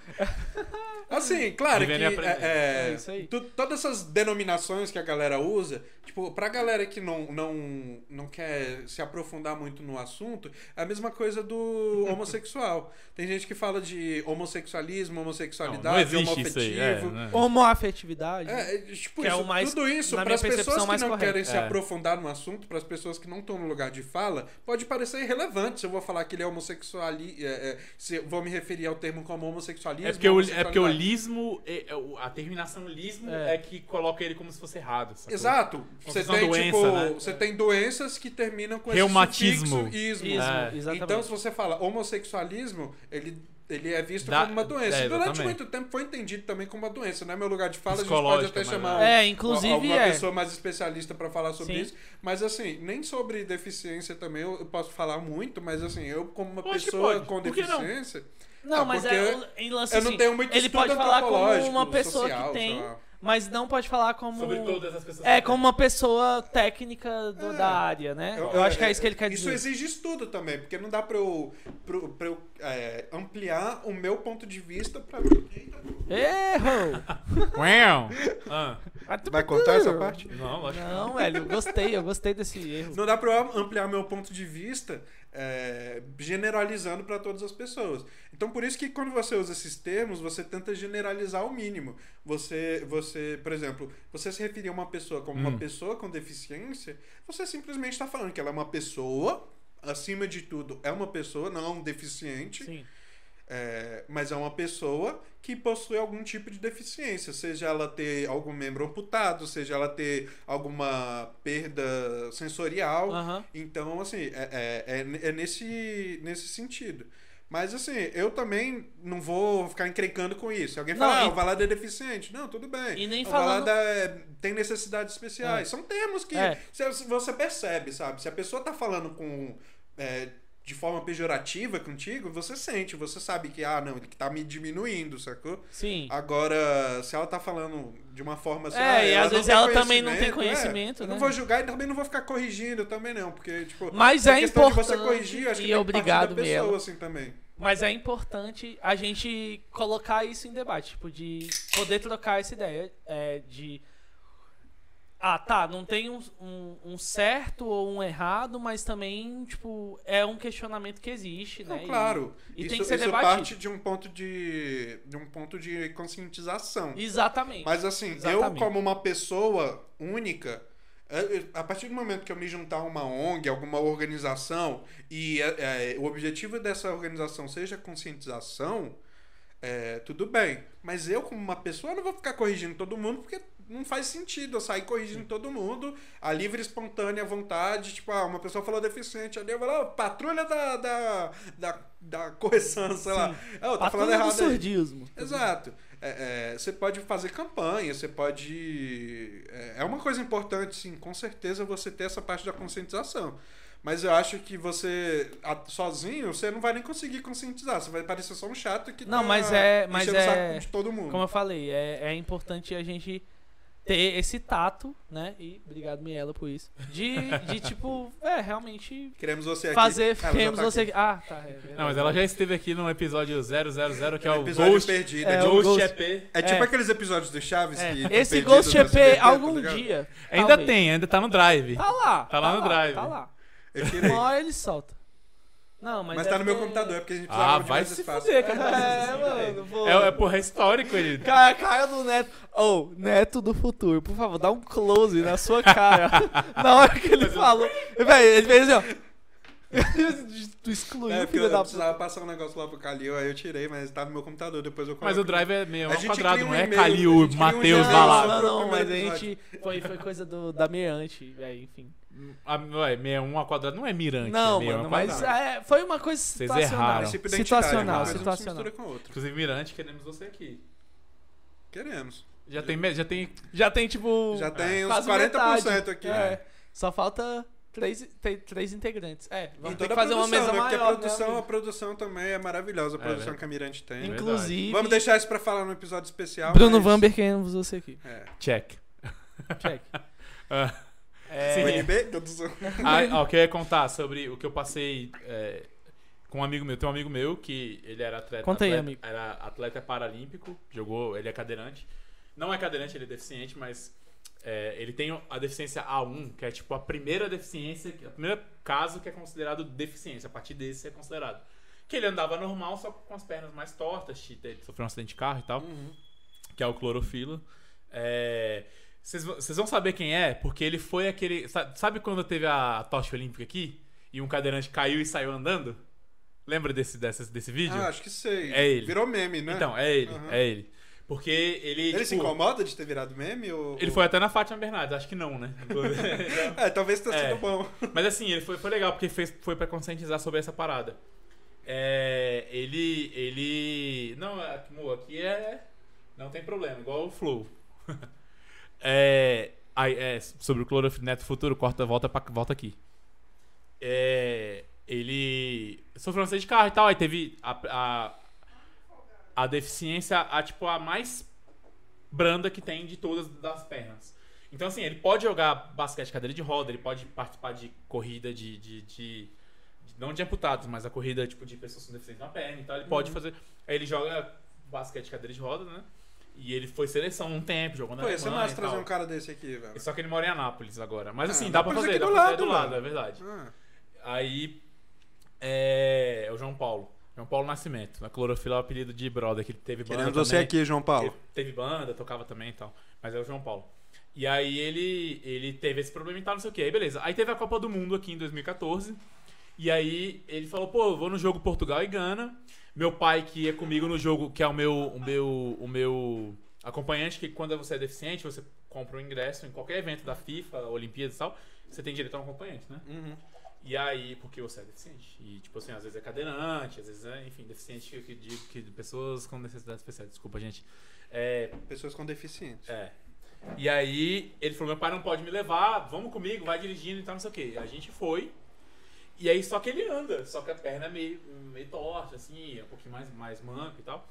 Assim, claro que Vivendo e aprendendo. é, é, É isso aí. tu- todas essas denominações que a galera usa, tipo, pra galera que não, não, não quer se aprofundar muito no assunto, é a mesma coisa do homossexual. Tem gente que fala de homossexualismo, Não, homossexualidade, não existe isso homoafetivo. aí. É, né? Homoafetividade. É, tipo, Que é isso, o mais- tudo isso, na para as minha percepção, pessoas que mais não correto. querem se É. aprofundar no assunto, para as pessoas que não estão no lugar de fala, pode parecer irrelevante se eu vou falar que ele é homossexual. É, é, se eu vou me referir ao termo como homossexualismo. É porque, o, é homossexualidade. porque o lismo, é- é o- a terminação lismo é. É. que coloca ele como se fosse errado. Tá sacou? Exato. Você Confusão tem, doença, tipo, né? você tem doenças que terminam com Reumatismo. esse sufixo ismo. Ismo, É. exatamente. Então, se você fala homossexualismo, ele, ele é visto Dá- como uma doença. é, E Durante exatamente. muito tempo foi entendido também como uma doença. Não é meu lugar de fala, a gente pode até Psicológica, né? mas- chamar É, um- inclusive, alguma é. pessoa mais especialista pra falar sobre Sim. isso. Mas, assim, nem sobre deficiência também eu eu posso falar muito, mas, assim, eu como uma Lógico que pessoa pode. com Por que não? deficiência... Não, Ah, mas porque é o- em lance eu não assim, tenho muito Ele estudo pode falar como antropológico, uma pessoa social, que tem, sei lá. mas não pode falar como. Sobre todas as pessoas. É, como uma pessoa técnica do- É. da área, né? Eu, acho que é isso que ele quer dizer. Isso exige estudo também, porque não dá pra eu, pra, eu- pra eu é, ampliar o meu ponto de vista pra. Eita, Errou! Uau! Ah, Vai contar essa parte? não, lógico. Não, velho, eu gostei, eu gostei desse erro. Não dá pra eu ampliar meu ponto de vista é, generalizando pra todas as pessoas. Então, por isso que quando você usa esses termos, você tenta generalizar ao mínimo. Você, você por exemplo, você se referir a uma pessoa como Hum. uma pessoa com deficiência, você simplesmente está falando que ela é uma pessoa, acima de tudo, é uma pessoa, não é um deficiente. Sim. É, mas é uma pessoa que possui algum tipo de deficiência, seja ela ter algum membro amputado, seja ela ter alguma perda sensorial. Aham. Então, assim, é, é, é- é nesse, nesse sentido. Mas, assim, eu também não vou ficar encrencando com isso. Alguém fala, Não, ah, e- o Valada é deficiente. Não, tudo bem. E nem o falando- Valada é- tem necessidades especiais. São termos que É. cê- você percebe, sabe? Se a pessoa tá falando com... é, de forma pejorativa contigo, você sente, você sabe que, ah, não, ele que tá me diminuindo, sacou? Sim. Agora, se ela tá falando de uma forma assim. É, ah, e ela às não vezes tem ela também não tem é, conhecimento, Eu né? não vou julgar e também não vou ficar corrigindo também, não. Porque, tipo, Mas a é questão importante de você corrigir, eu acho que e tem que obrigado, partir da pessoa, Biela. assim, também. Mas é importante a gente colocar isso em debate, tipo, de poder trocar essa ideia é, de. Ah, tá, não tem um, um- um certo ou um errado, mas também, tipo, é um questionamento que existe, Não, né? E- claro. E isso tem que ser isso debatido. parte de um ponto de. de um ponto de conscientização. Exatamente. Mas assim, Exatamente. eu como uma pessoa única, é, é, a partir do momento que eu me juntar a uma ONG, alguma organização, e é, é, o objetivo dessa organização seja conscientização, é, tudo bem. Mas eu como uma pessoa não vou ficar corrigindo todo mundo, porque não faz sentido eu sair corrigindo todo mundo, a livre, espontânea vontade, tipo, ah, uma pessoa falou deficiente, ali eu vou lá, "Ô, patrulha da, da, da, da correção, sei lá. Ah, eu tô falando Patrulha do errado aí. surdismo. Exato. É, é, você pode fazer campanha, você pode. É, é uma coisa importante, sim, com certeza você ter essa parte da conscientização. Mas eu acho que você, a- sozinho, você não vai nem conseguir conscientizar. Você vai parecer só um chato que Não, tá mas é- mas enchendo o é- saco de todo mundo. Como eu falei, é, é importante a gente ter esse tato, né? E obrigado, Miela, por isso. De, de tipo, é, realmente Queremos você aqui. fazer, Ela já queremos tá você. aqui. Ah, tá. É, verdade. Não, mas ela já esteve aqui no episódio 000, que é o um Episódio Ghost, perdido. É, É, o tipo- Ghost, Ghost. EP. é tipo é. aqueles episódios do Chaves É, que. tão Esse perdido Ghost no SBT, EP tá algum ligado? um dia. Ainda talvez. tem, ainda tá no drive. Tá lá. Tá lá no drive. Tá lá. Eu tirei. Uma hora ele solta. Não, mas. Mas, tá é no meu porque- computador, é porque a gente Ah, precisava de vai mais se espaço. fuder, cara. É, mano. pô. É, é, porra, é histórico ele. Cara, a cara do Neto. Ô, Neto do futuro, por favor, dá um close na sua cara. na hora que ele falou. Véi, ele fez assim, ó. tu excluiu É, o porque filho eu da puta. precisava passar um negócio lá pro Calil, aí eu tirei, mas tá no meu computador, depois eu coloco. Mas o drive é meio A é um gente quadrado, cria um não é e-mail, a Calil, gente cria um Matheus, e-mail. Balado. não, não, Pro mas a primeiro gente. Foi, foi coisa do, da Mirante, véi, enfim. A- Ah, Ué, 61 ao quadrado não é mirante. não, é meio mano, ao mas quadrado. é, foi uma coisa Vocês situacional. erraram. Princípio identitário, Situacional, uma coisa não se situacional. mistura com a outra. Inclusive, mirante, queremos você aqui. Queremos. Já tem, me- já tem Já tem, tipo. Já tem uns quase 40% metade. aqui. É, Só falta três, tem três integrantes. E É, vamos ter toda que a fazer uma mesa produção, né? Porque maior. a produção, né, a produção também é maravilhosa, a É, produção né? que a Mirante tem. Sim. Inclusive. né? Vamos deixar isso pra falar num episódio especial. Bruno mas- Vamber, queremos você aqui. É. check. Check. Ah. É, O NB, todos os- Ah, ó, eu queria contar sobre o que eu passei é, com um amigo meu. Tem um amigo meu que ele era atleta, Conta aí, atleta- amigo. era atleta paralímpico, jogou, ele é cadeirante. Não é cadeirante, ele é deficiente, mas é, ele tem a deficiência A1, que é tipo a primeira deficiência, o primeiro caso que é considerado deficiência, a partir desse é considerado. Que ele andava normal, só com as pernas mais tortas, che- ele sofreu um acidente de carro e tal que é o clorofila. É, Vocês vão- vocês vão saber quem é, porque ele foi aquele. sa- Sabe quando teve a tocha olímpica aqui? E um cadeirante caiu e saiu andando? Lembra desse, desse, desse vídeo? Ah, acho que sei. É ele. Virou meme, né? Então, é ele, Aham. é ele. Porque ele. ele se tipo, incomoda de ter virado meme? Ou... Ele foi até na Fátima Bernardes, acho que não, né? É, talvez tenha É. sido bom. Mas assim, ele foi, foi legal porque fez, foi pra conscientizar sobre essa parada. É, ele. Ele. Não, aqui, mo, aqui é. Não tem problema, igual o Flow. é, aí, é, sobre o Clorof Neto Futuro, corta, volta, pra, volta aqui. É, ele sofreu um acidente de carro e tal, aí teve a, a, a deficiência, a tipo, a mais branda que tem de todas das pernas. Então, assim, ele pode jogar basquete cadeira de roda, ele pode participar de corrida de. de- de- de- não de amputados, mas a corrida tipo, de pessoas com deficiência na perna e tal. Ele Uhum. pode fazer. Aí ele joga basquete cadeira de roda, né? E ele foi seleção um tempo, jogando Pô, ia ser massa trazer um cara. cara desse aqui, velho. Só que ele mora em Anápolis agora. Mas Ah, assim, dá pra Anápolis fazer, aqui dá do pra fazer do lado, lado, é verdade. Ah, Aí é, é o João Paulo. João Paulo Nascimento. Na clorofila é o apelido de brother que ele teve banda queremos você também. aqui, João Paulo. Ele teve banda, tocava também e tal. Mas é o João Paulo. E aí ele, ele teve esse problema e tal, não sei o que. Aí beleza. Aí teve a Copa do Mundo aqui em 2014. E aí ele falou, pô, eu vou no jogo Portugal e Gana. Meu pai que ia comigo no jogo, que é o meu, o meu, o meu acompanhante, que quando você é deficiente, você compra um ingresso em qualquer evento da FIFA, Olimpíadas e tal, você tem direito a um acompanhante, né? Uhum. E aí, porque você é deficiente. E, tipo assim, às vezes é cadeirante, às vezes é, enfim, deficiente que eu que digo que pessoas com necessidades especiais. Desculpa, gente. É, Pessoas com deficiência. é. E aí, ele falou: meu pai não pode me levar, vamos comigo, vai dirigindo e tal, não sei o quê. A gente foi. E aí, só que ele anda, só que a perna é meio, meio torta, assim, é um pouquinho mais, mais manco e tal.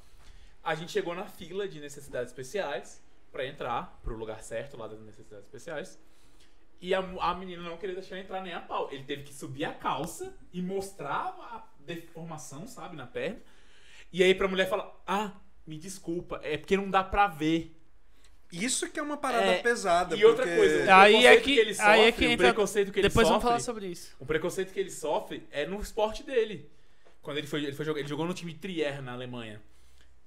A gente chegou na fila de necessidades especiais pra entrar pro lugar certo lá das necessidades especiais. E a, a menina não queria deixar ele entrar nem a pau. Ele teve que subir a calça e mostrar a deformação, sabe, na perna. E aí pra mulher falar: Ah, me desculpa, é porque não dá pra ver. Isso que é uma parada É, pesada. E outra porque- coisa, o Aí é preconceito que- ele sofre, aí é que o entra- preconceito que ele Depois vamos sofre- falar sobre isso. o Um preconceito que ele sofre é no esporte dele. Quando ele foi, ele foi jogar- ele jogou no time Trier na Alemanha.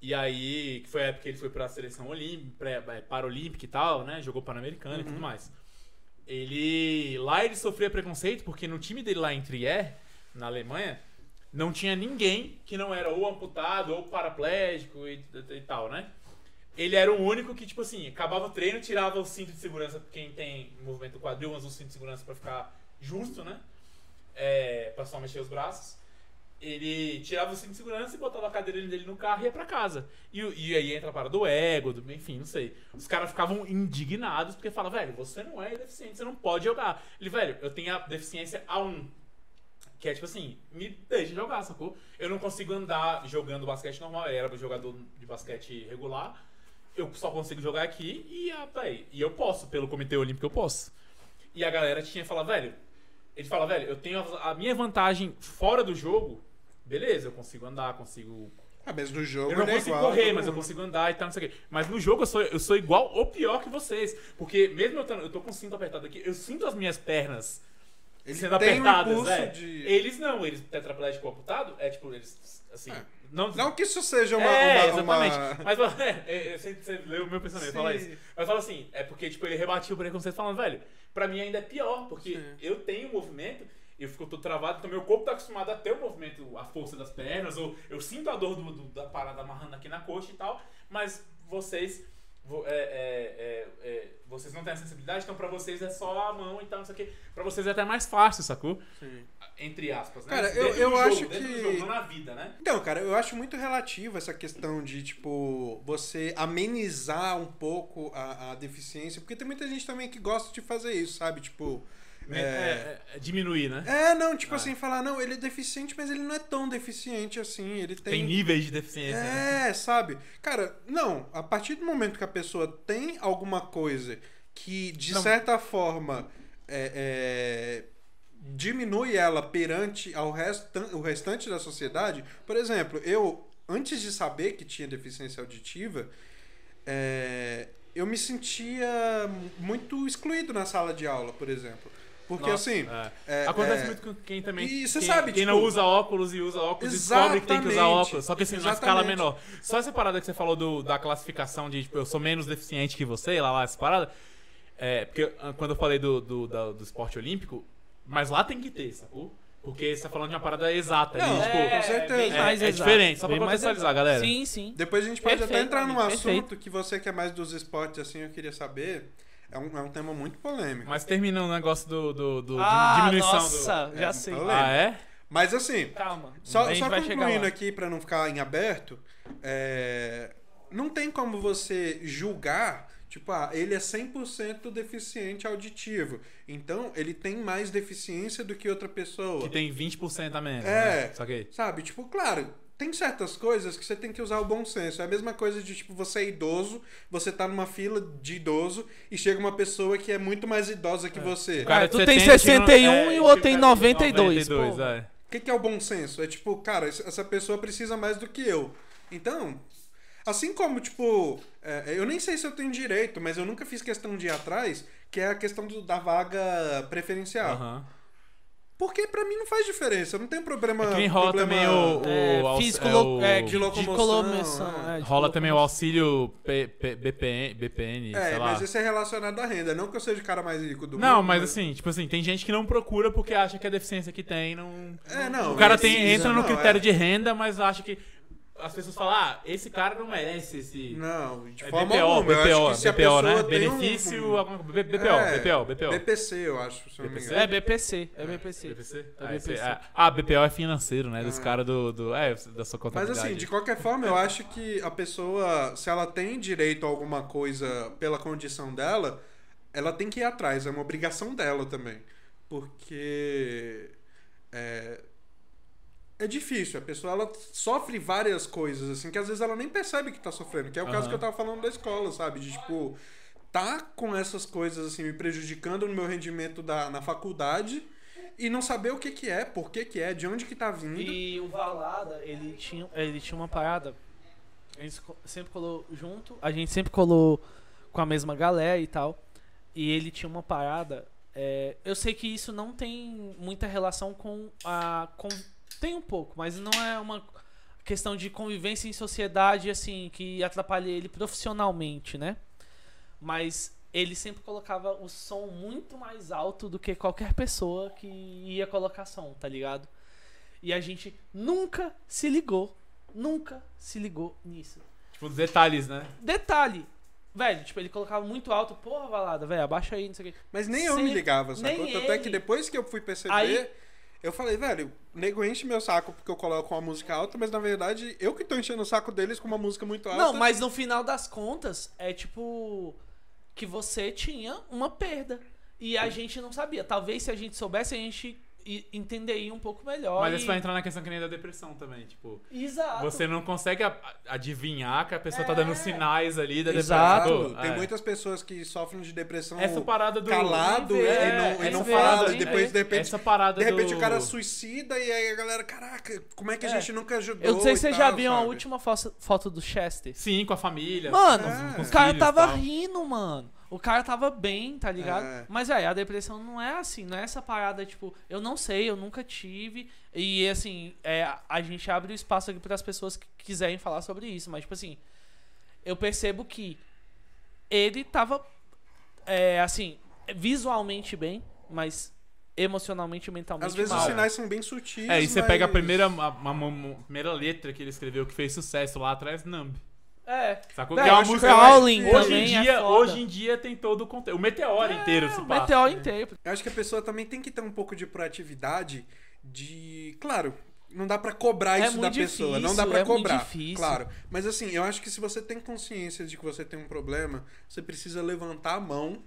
E aí, que foi a época que ele foi pra seleção olímpica, pré- é, paralímpica e tal, né? Jogou Pan-Americano e tudo mais. Ele lá ele sofria preconceito porque no time dele lá em Trier, na Alemanha, não tinha ninguém que não era ou amputado ou paraplégico e, e tal, né? Ele era o único que, tipo assim, acabava o treino, tirava o cinto de segurança, quem tem movimento do quadril, usa o cinto de segurança pra ficar justo, né? É, pra só mexer os braços. Ele tirava o cinto de segurança e botava a cadeira dele no carro e ia pra casa. E, o- e aí entra a parada do ego, do, enfim, não sei. Os caras ficavam indignados porque falavam, velho, você não é deficiente, você não pode jogar. Ele, velho, eu tenho a deficiência A1. Que é tipo assim, me deixa jogar, sacou? Eu não consigo andar jogando basquete normal, eu era jogador de basquete regular. Eu só consigo jogar aqui e, ah, véi, e eu posso, pelo Comitê Olímpico eu posso. E a galera tinha falado, velho, ele fala, velho, eu tenho a, a minha vantagem fora do jogo, beleza, eu consigo andar, consigo. Ah, mas no jogo Eu não ele é consigo igual a correr, todo mas eu mundo. consigo andar e tal, não sei o quê. Mas no jogo eu sou, eu sou igual ou pior que vocês. Porque mesmo eu, tando- eu tô com o cinto apertado aqui, eu sinto as minhas pernas Ele sendo tem um apertadas, impulso é. de- Eles não, eles tetraplégico amputado, é tipo, eles assim, É. não Não que isso seja uma. é, uma- exatamente. uma- Mas é, é, é, você, você leu o meu pensamento, Sim. fala isso. Mas fala assim, é porque tipo, ele rebatiu o preconceito falando, velho, pra mim ainda é pior, porque Sim. eu tenho um movimento e eu fico todo travado, então meu corpo tá acostumado a ter o movimento, a força das pernas, ou eu sinto a dor do- do- da parada amarrando aqui na coxa e tal, mas vocês. vo- é, é, é, é, vocês não têm essa sensibilidade, então pra vocês é só a mão e tal, não sei o quê. Pra vocês é até mais fácil, sacou? Sim. Entre aspas, né? Cara, eu- Dentro do eu jogo, acho dentro do que- jogo, não na vida, né? Então, cara, eu acho muito relativo essa questão de, tipo, você amenizar um pouco a, a deficiência, porque tem muita gente também que gosta de fazer isso, sabe? Tipo. É, É, é, é diminuir, né? é, não, tipo Ah. assim, falar, não, ele é deficiente, mas ele não é tão deficiente assim. Ele Tem níveis de deficiência, né? É, sabe? Cara, não, a partir do momento que a pessoa tem alguma coisa que, de Não. certa forma, é, é, diminui ela perante ao restan o restante da sociedade, por exemplo, eu, antes de saber que tinha deficiência auditiva, é, eu me sentia muito excluído na sala de aula, por exemplo. Porque Nossa, assim. é. é, acontece é, muito com quem também. E você quem, sabe, quem tipo- não usa óculos e usa óculos descobre que tem que usar Exatamente, óculos. Só que assim, numa escala exatamente. menor. Só essa parada que você falou do- da classificação de tipo, eu sou menos deficiente que você, lá lá, essa parada. É, porque ah, quando eu falei do, do, da- do esporte olímpico, mas lá tem que ter, sacou? Porque você tá falando de uma parada exata. ali, Não, tipo, é, é, certeza. bem mais é exato, diferente, só pra bem mais contextualizar, exato. galera. Sim, sim. Depois a gente pode até Perfeito, entrar num amigo, assunto perfeito. que você que é mais dos esportes assim, eu queria saber. É um, é um tema muito polêmico. Mas, Mas termina o negócio do, do, do- de Ah, diminuição do. nossa, já É, sei. Ah, falei. Ah, é? assim, Calma. a só, gente só vai chegar concluindo lá. aqui pra não ficar em aberto, é, não tem como você julgar, tipo, ah, ele é 100% deficiente auditivo. Então, ele tem mais deficiência do que outra pessoa. Que tem 20% a menos. É. Né? Saquei. Sabe? Tipo, claro, tem certas coisas que você tem que usar o bom senso. É a mesma coisa de, tipo, você é idoso, você tá numa fila de idoso e chega uma pessoa que é muito mais idosa É. que você. Cara, de É, tu tem 70, 61 chega no- e o outro tem chega no 92, pô. é. O que, que é o bom senso? É tipo, cara, es- essa pessoa precisa mais do que eu. Então, assim como, tipo, é, eu nem sei se eu tenho direito, mas eu nunca fiz questão de ir atrás, que é a questão do- da vaga preferencial. Aham. Porque pra mim não faz diferença, eu não tenho problema. É que nem rola problema- também o- É, o- físico, é, lo- o- é, de locomoção, locomoção, é. é, de Rola também o locomoção. auxílio P- P- BPN, BPN É, sei lá. mas isso é relacionado à renda. Não que eu seja o cara mais rico do né? mundo. Não, mas assim, tipo assim, tem gente que não procura porque acha que a deficiência que tem não... É, não. assim, O cara precisa, tem, entra no não, critério é. de renda, mas acha que... As pessoas falam, ah, esse cara não merece esse... Não, de É forma BPO, alguma. eu BPO, acho que se a BPO, né? pessoa tem um- Benefício, alguma coisa. B- BPO, É, BPO, BPO. BPC, eu acho, se eu não me BPC? engano. É BPC, é BPC. BPC? É Ah, esse- BPC. ah, Ah, BPO é financeiro, né? Dos Ah. caras do, do. É, da sua Mas contabilidade. assim, de qualquer forma, eu acho que a pessoa, se ela tem direito a alguma coisa pela condição dela, ela tem que ir atrás. É uma obrigação dela também. Porque. É, é difícil. A pessoa ela sofre várias coisas, assim, que às vezes ela nem percebe que tá sofrendo. Que é o caso Aham. que eu tava falando da escola, sabe? De tipo. Tá com essas coisas assim me prejudicando no meu rendimento da, na faculdade e não saber o que que é, por que que é, de onde que tá vindo. E o Valada, ele tinha, ele tinha uma parada. A gente co- sempre colou junto, a gente sempre colou com a mesma galera e tal. E ele tinha uma parada. é, eu sei que isso não tem muita relação com a. Com, tem um pouco, mas não é uma questão de convivência em sociedade, assim, que atrapalha ele profissionalmente, né? Mas ele sempre colocava o som muito mais alto do que qualquer pessoa que ia colocar som, tá ligado? E a gente nunca se ligou, nunca se ligou nisso. Tipo, os detalhes, né? Detalhe, velho, tipo, ele colocava muito alto, porra, balada, velho, abaixa aí, não sei o quê. Mas nem eu me Sempre- ligava, sacou? nem Tanto é que ele. depois que eu fui perceber, Aí- eu falei, velho, o nego enche meu saco porque eu coloco uma música alta, mas na verdade eu que tô enchendo o saco deles com uma música muito alta. Não, mas no final das contas, é tipo. Que você tinha uma perda. E a gente não sabia. Talvez se a gente soubesse, a gente i- entenderia um pouco melhor. Mas e- isso vai entrar na questão que nem da depressão também, tipo... Exato. Você não consegue a- adivinhar que a pessoa tá É. dando sinais ali da Exato. depressão. Tem É. muitas pessoas que sofrem de depressão Essa parada do... calado é, Nem vê, e não, e nem não vê, fala, nem e depois vê. de repente é, Essa parada De repente do- o cara suicida e aí a galera, caraca, como é que a É. gente nunca ajudou? Eu não sei e se vocês tal, já viram a sabe? última foto, foto do Chester. Sim, com a família. Mano, com os- com os o cara filhos e tava tal. rindo, mano. O cara tava bem, tá ligado? É. Mas, velho, a depressão não é assim, não é essa parada, tipo, eu não sei, eu nunca tive. E, assim, é, a gente abre o espaço aqui pras pessoas que quiserem falar sobre isso. Mas, tipo assim, eu percebo que ele tava, é, assim, visualmente bem, mas emocionalmente e mentalmente Às vezes mal. os sinais são bem sutis. É, e você mas- pega a primeira, a, a- a primeira letra que ele escreveu que fez sucesso lá atrás, Numb. É. Sacou? Velho, que é uma acho música. que eu Howling acho que Hoje em, também é dia, foda. hoje em dia tem todo o conteúdo. O meteoro inteiro se o passa. É, né? meteoro inteiro. Eu acho que a pessoa também tem que ter um pouco de proatividade de. Claro, não dá pra cobrar É isso da muito pessoa. difícil, não dá pra é muito cobrar. difícil. Claro. Mas assim, eu acho que se você tem consciência de que você tem um problema, você precisa levantar a mão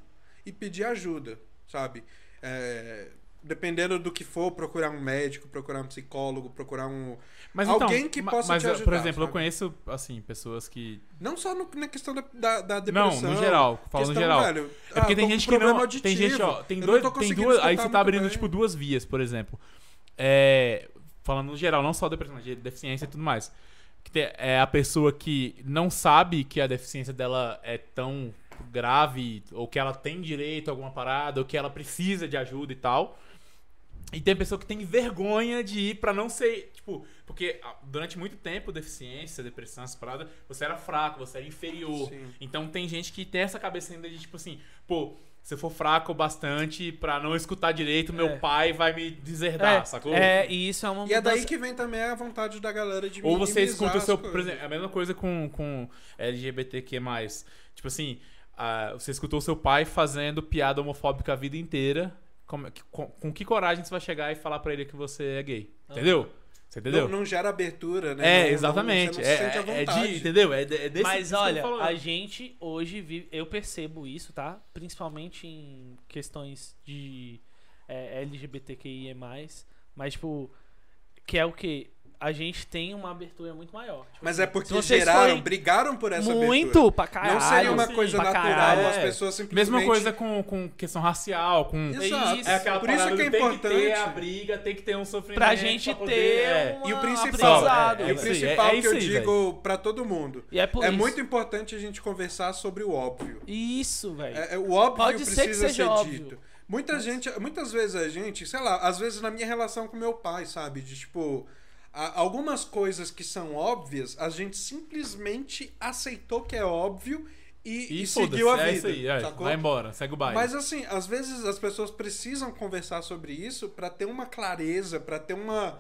e pedir ajuda, sabe? É, Dependendo do que for, procurar um médico, procurar um psicólogo, procurar um. Mas Alguém então, que ma- possa mas, te ajudar, Por exemplo, eu sabe? conheço, assim, pessoas que. Não só no- na questão da, da, da Não, depressão. no geral, falo no questão, geral. velho, É porque ah, tem tô com gente que problema não. Tem auditivo, gente, ó, tem, eu dois, não tô tem conseguindo duas. escutar Aí você tá muito abrindo, bem. tipo, duas vias, por exemplo. É, falando no geral, não só depressão, mas de deficiência e tudo mais. Que tem- é a pessoa que não sabe que a deficiência dela é tão grave, ou que ela tem direito a alguma parada, ou que ela precisa de ajuda e tal. E tem pessoa que tem vergonha de ir pra não ser, tipo, porque ah, durante muito tempo, deficiência, depressão, essas paradas, você era fraco, você era inferior. Sim. Então tem gente que tem essa cabeça ainda de tipo assim, pô, se eu for fraco o bastante pra não escutar direito, meu É. pai vai me deserdar, sacou? é, e isso é uma E é daí mudança- que vem também a vontade da galera de Ou você minimizar escuta o as seu. Por coisas. exemplo, é a mesma coisa com, com LGBTQ. Tipo assim, ah, você escutou o seu pai fazendo piada homofóbica a vida inteira. Como- é que- com, com que coragem você vai chegar e falar pra ele que você é gay? Entendeu? Você entendeu? Ah. Não, não gera abertura, né? é, Não- não- exatamente. você não se é, sente à é- é vontade. de, entendeu? É, de- é desse Mas disso que eu tô olha, falando. a gente hoje vive. Eu percebo isso, tá? Principalmente em questões de é, LGBTQIA. Mas, tipo, que é o que? A gente tem uma abertura muito maior. Tipo, Mas é porque Se vocês geraram, forem brigaram por essa muito abertura. pra caralho. assim, Não seria uma sim, coisa pra natural, caralho. é. as pessoas simplesmente... Mesma coisa com, com questão racial, com. Exato. Isso. É aquela por isso parada que é do tem importante. ter a briga, tem que ter um sofrimento. Pra gente poder- ter. é. Uma, E o um principal, aprendizado, é, E é o velho. isso aí, principal é que isso eu aí, digo pra todo mundo. E é por É isso. muito importante a gente conversar sobre o óbvio. Isso, velho. É, é, o óbvio Pode ser que precisa seja ser óbvio. dito. Muita gente, muitas vezes a gente, sei lá, às vezes na minha relação com meu pai, sabe? De tipo, a- algumas coisas que são óbvias, a gente simplesmente aceitou que é óbvio e, e E seguiu a foda-se, vida. É isso aí, é. sacou? vai embora, segue o baile. Mas assim, às vezes as pessoas precisam conversar sobre isso pra ter uma clareza, pra ter uma.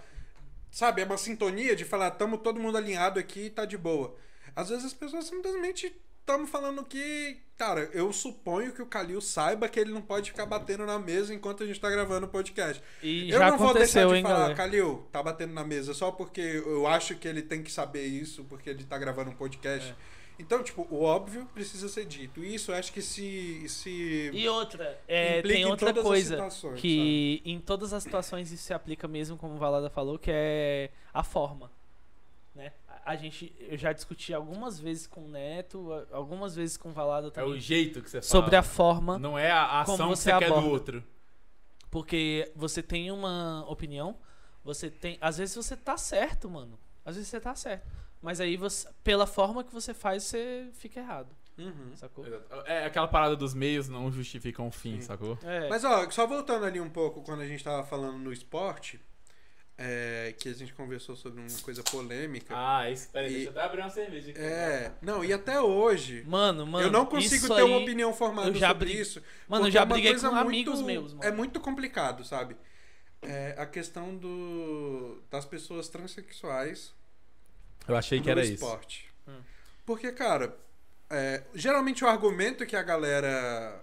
Sabe, é uma sintonia de falar, tamo todo mundo alinhado aqui e tá de boa. Às vezes as pessoas simplesmente estamos falando que. Cara, eu suponho que o Kalil saiba que ele não pode ficar batendo na mesa enquanto a gente tá gravando o podcast. E eu já não vou deixar aconteceu, de hein, falar, galera. Kalil, tá batendo na mesa só porque eu acho que ele tem que saber isso, porque ele tá gravando um podcast. É. Então, tipo, o óbvio precisa ser dito. E isso eu acho que se. se... E outra, é, Implica tem em outra todas as coisa situações, que em todas as situações isso se aplica mesmo, como o Valada falou, que é a forma. Né? A- A gente, eu já discuti algumas vezes com o Neto, a- algumas vezes com o Valada É o também, jeito que você fala. sobre a forma, Não é a como ação que você você quer do aborda. outro. porque você tem uma opinião, você tem, às vezes você tá certo, mano, às vezes você tá certo, mas aí você, pela forma que você faz, você fica errado, Uhum. sacou? Exato. É aquela parada dos meios não justificam o fim, Sim. sacou? É, Mas ó, só voltando ali um pouco quando a gente tava falando no esporte, é, que a gente conversou sobre uma coisa polêmica. Ah, isso. Peraí, E- deixa eu até abrir uma cerveja aqui. É, não, e até hoje mano, mano, eu não consigo isso ter uma aí- opinião formada eu já sobre bri- isso. Mano, porque eu é já uma briguei com coisa muito- amigos meus, mano. É muito complicado, sabe? É, a questão do, das pessoas transexuais Eu achei que no era isso. esporte. Hum. Porque, cara, é, geralmente o argumento que a galera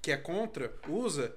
que é contra usa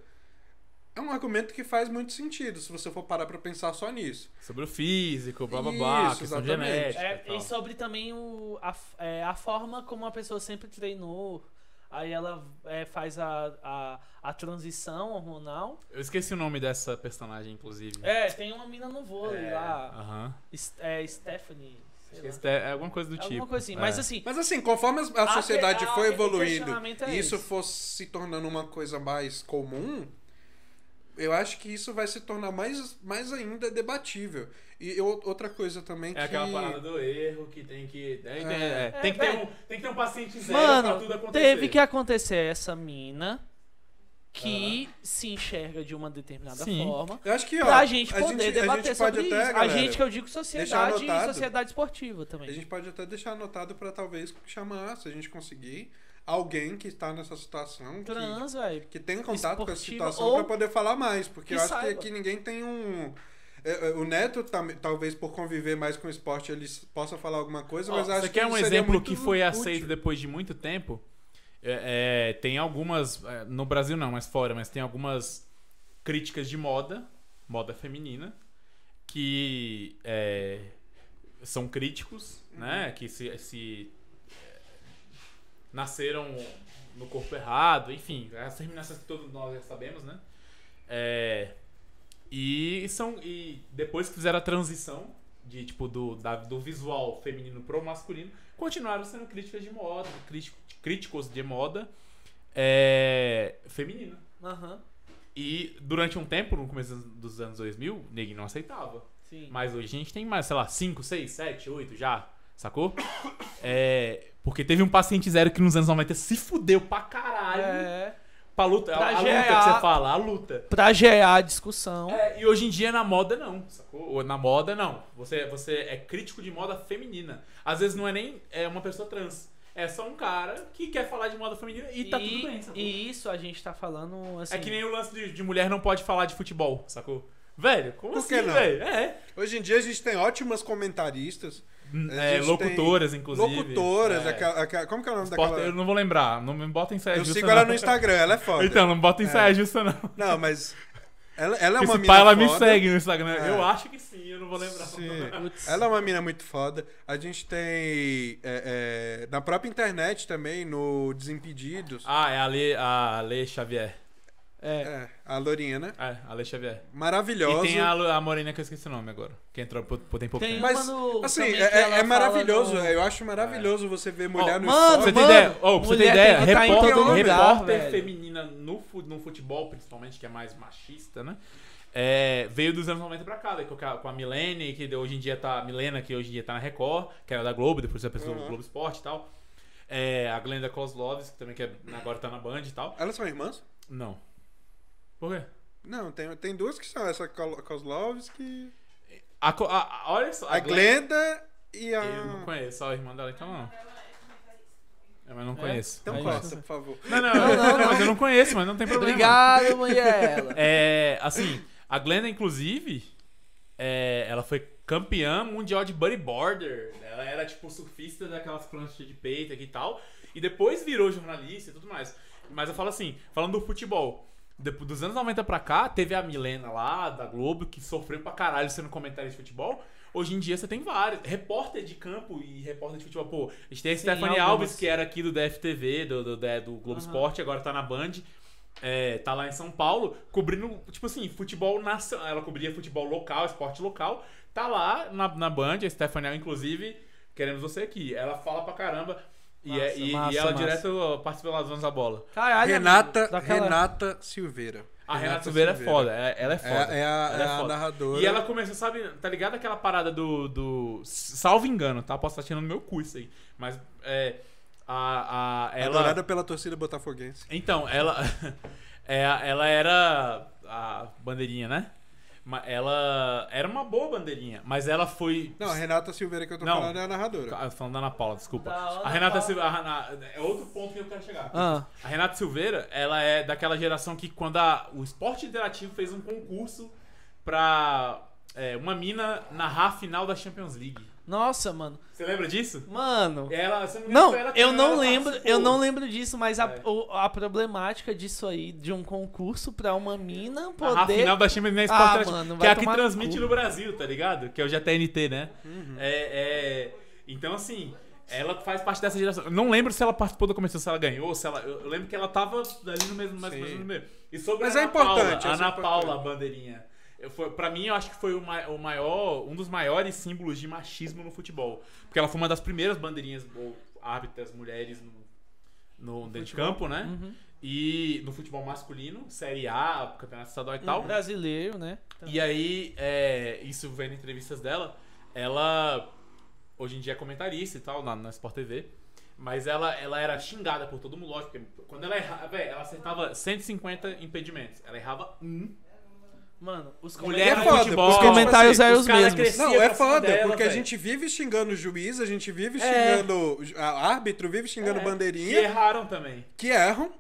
é um argumento que faz muito sentido se você for parar pra pensar só nisso. Sobre o físico, blá blá blá, Isso, questão exatamente. genética. É, e tal. e sobre também o, a, f- é, a forma como a pessoa sempre treinou. Aí ela é, faz a, a, a transição hormonal. Eu esqueci o nome dessa personagem, inclusive. É, tem uma mina no vôlei É, lá. Aham. Es- É, Stephanie. sei lá. Este- É alguma coisa do Alguma tipo. coisa assim. É. Mas assim, Mas assim, conforme as- a Aque- sociedade a- foi aquele evoluindo questionamento ah, é e isso esse. fosse se tornando uma coisa mais comum, eu acho que isso vai se tornar mais, mais ainda debatível. E eu- outra coisa também que... É aquela parada do erro que tem que. é, é, é. É, Tem, que ter velho. um, tem que ter um paciente zero pra mano, tudo acontecer. teve que acontecer essa mina que se enxerga de uma determinada Sim. forma. Eu acho que, ó, Pra gente a poder gente, debater a gente sobre pode isso. até, a galera, gente que eu digo sociedade e anotado. sociedade esportiva também. A gente pode até deixar anotado pra talvez chamar, se a gente conseguir, alguém que está nessa situação, que, Trans, velho. que tem contato com essa esportiva, situação, ou pra poder falar mais. Porque eu que acho que saiba. aqui ninguém tem um. é, é, O Neto, tam- talvez por conviver mais com o esporte, ele s- possa falar alguma coisa, mas Ó, acho Você que quer um seria exemplo muito que foi útil. aceito depois de muito tempo? É, é, tem algumas. é, No Brasil não, mas fora, mas tem algumas críticas de moda, moda feminina, que é, são críticos, Uhum. né? Que se, se, é, nasceram no corpo errado, enfim, as terminações que todos nós já sabemos, né? É, e são e depois que fizeram a transição de tipo do, da- do visual feminino pro masculino, continuaram sendo críticas de moda, crítico- críticos de moda é, feminina. Aham, E durante um tempo, no começo dos anos 2000, ninguém não aceitava. sim. Mas hoje a gente tem mais, sei lá, 5, 6, 7, 8 já, sacou? É, porque teve um paciente zero que nos anos 90 se fudeu pra caralho É, pra luta, a, Pra a luta que gerar. você fala, a luta. pra gerar a discussão. É, e hoje em dia na moda não, sacou? Ou Na moda não. Você, você é crítico de moda feminina. Às vezes não é nem é uma pessoa trans. É só um cara que quer falar de moda feminina e, tá tudo bem, sacou? E isso a gente tá falando assim. É que nem o lance de, de mulher não pode falar de futebol, sacou? Velho, como Por que assim, não? velho? É. Hohoje em dia a gente tem ótimas comentaristas, É, gente locutoras, inclusive. locutoras, é. aquela, aquela- como que é o nome Esporte- Eu daquela? não vou lembrar. Não me bota em saia Eu justa, sigo não. ela no Instagram, ela é foda. Então, não me bota em É. saia justa, não. Não, mas ela, ela é uma Esse mina pai, ela me foda. segue no Instagram. É. Eu acho que sim, eu não vou lembrar. Sim. Putz. Ela é uma mina muito foda. A gente tem é, é, na própria internet também, no Desimpedidos, Ah, é a Ale, a Ale Xavier. É. é, a Lorena. É, Ale Xavier. Maravilhosa. E tem a, Lu- a Morena que eu esqueci o nome agora. Que entrou por, por tem pouco Tem tempo. Mas, uma no- assim, também é, que é- ela é maravilhoso. fala no- Eu acho maravilhoso você ver mulher no mano, esporte. Pra você ter mano, ideia, oh, pra você ter mulher ideia tem que tá em repórter, todo lugar, repórter velho. feminina no, fu- no futebol, principalmente, que é mais machista, né? É, veio dos anos 90 pra cá, daí com a, com a Milene, que de- hoje em dia tá. Milena, que hoje em dia tá na Record, que era da Globo, depois é pessoa do Uhum. Globo Esporte e tal. É, a Glenda Kozlovs, que também que é- agora tá na Band e tal. Elas são irmãs? Não. Por quê? Não, tem, tem duas que são. Essa Kol- Kozlovski, A co- a- a- olha só. a Glenda e a... Eu não conheço, a irmã dela então não. É, mas não conheço. Então Aí, corta, isso. por favor. Não, não, Não, não, não, mas eu não conheço, mas não tem problema. Obrigado, Mariela. É, assim, a Glenda, inclusive, é, ela foi campeã mundial de bodyboarder. Ela era, tipo, surfista daquelas pranchas de peito aqui e tal. E depois virou jornalista e tudo mais. Mas eu falo assim, falando do futebol. depo- Dos anos 90 pra cá, teve a Milena lá, da Globo, que sofreu pra caralho sendo comentarista de futebol. Hoje em dia você tem vários. Repórter de campo e repórter de futebol. Pô, a gente tem a Sim, Stephanie algumas. Alves, que era aqui do DFTV, do, do, do, do Globo Aham. Esporte, agora tá na Band. É, tá lá em São Paulo, cobrindo, tipo assim, futebol nacional. Ela cobria futebol local, esporte local. Tá lá na, na Band, a Stephanie, inclusive, queremos você aqui. Ela fala pra caramba. E, é- Massa, e, e massa, ela massa. direto participa lá dos anos da bola. Caralho, Renata, amigo, daquela- Renata Silveira. A Renata Silveira é foda, é- ela é É, foda. é a, Ela é é a foda. narradora. E ela começou, sabe, tá ligado aquela parada do. do salvo engano, tá? Posso estar tirando meu cu isso aí. Mas é. A, a, ela, Adorada pela torcida botafoguense. Então, ela. é, ela era a bandeirinha, né? Ma- Ela era uma boa bandeirinha, mas ela foi. Não, a Renata Silveira que eu tô Não. falando é a narradora. Ah, falando da Ana Paula, desculpa. Da Ana A Renata Paula. Silveira. a Rena- É outro ponto que eu quero chegar. Ah, A Renata Silveira, ela é daquela geração que quando a- o esporte interativo fez um concurso pra é, uma mina narrar a final da Champions League. Nossa, mano. Você lembra disso? Mano. Ela, se me Não, engano, ela- eu não ela lembro, participou. eu não lembro disso, mas a, É. o- a problemática disso aí, de um concurso pra uma mina A Rafa um poder. final da Champions League Ah, Sport Trash, mano, que é vai a que tomar no transmite cu. Uhum. no Brasil, tá ligado? Que é o GTNT, né? É, é, então, assim, ela faz parte dessa geração. Eu não lembro se ela participou da competição, se ela ganhou, se ela. Eu eu lembro que ela tava ali no mesmo, mais ou menos Sim. no meio. E sobre Mas a é Ana importante, Paula, isso é Ana Paula, importante. bandeirinha. Eu, foi, pra mim, eu acho que foi o, ma- o maior, um dos maiores símbolos de machismo no futebol. Porque ela foi uma das primeiras bandeirinhas ou árbitras mulheres no, no, dentro de campo, né? Uhum. E no futebol masculino, Série A, Campeonato Estadual e tal. Brasileiro, né? E aí, é, isso vendo entrevistas dela, ela hoje em dia é comentarista e tal, na, na Sport TV. Mas ela, ela era xingada por todo mundo, lógico, porque quando ela errava, véi, ela acertava 150 impedimentos. Ela errava um. Mano, os Mulher é no comentários- foda, porque, futebol. os tipo comentários assim, eram os os cara mesmos. crescia- Não, Sim, é pra cima foda, dela, porque a velho. gente vive xingando o juiz, a gente vive É. xingando o árbitro, vive xingando É, E bandeirinha, erraram também. que erram,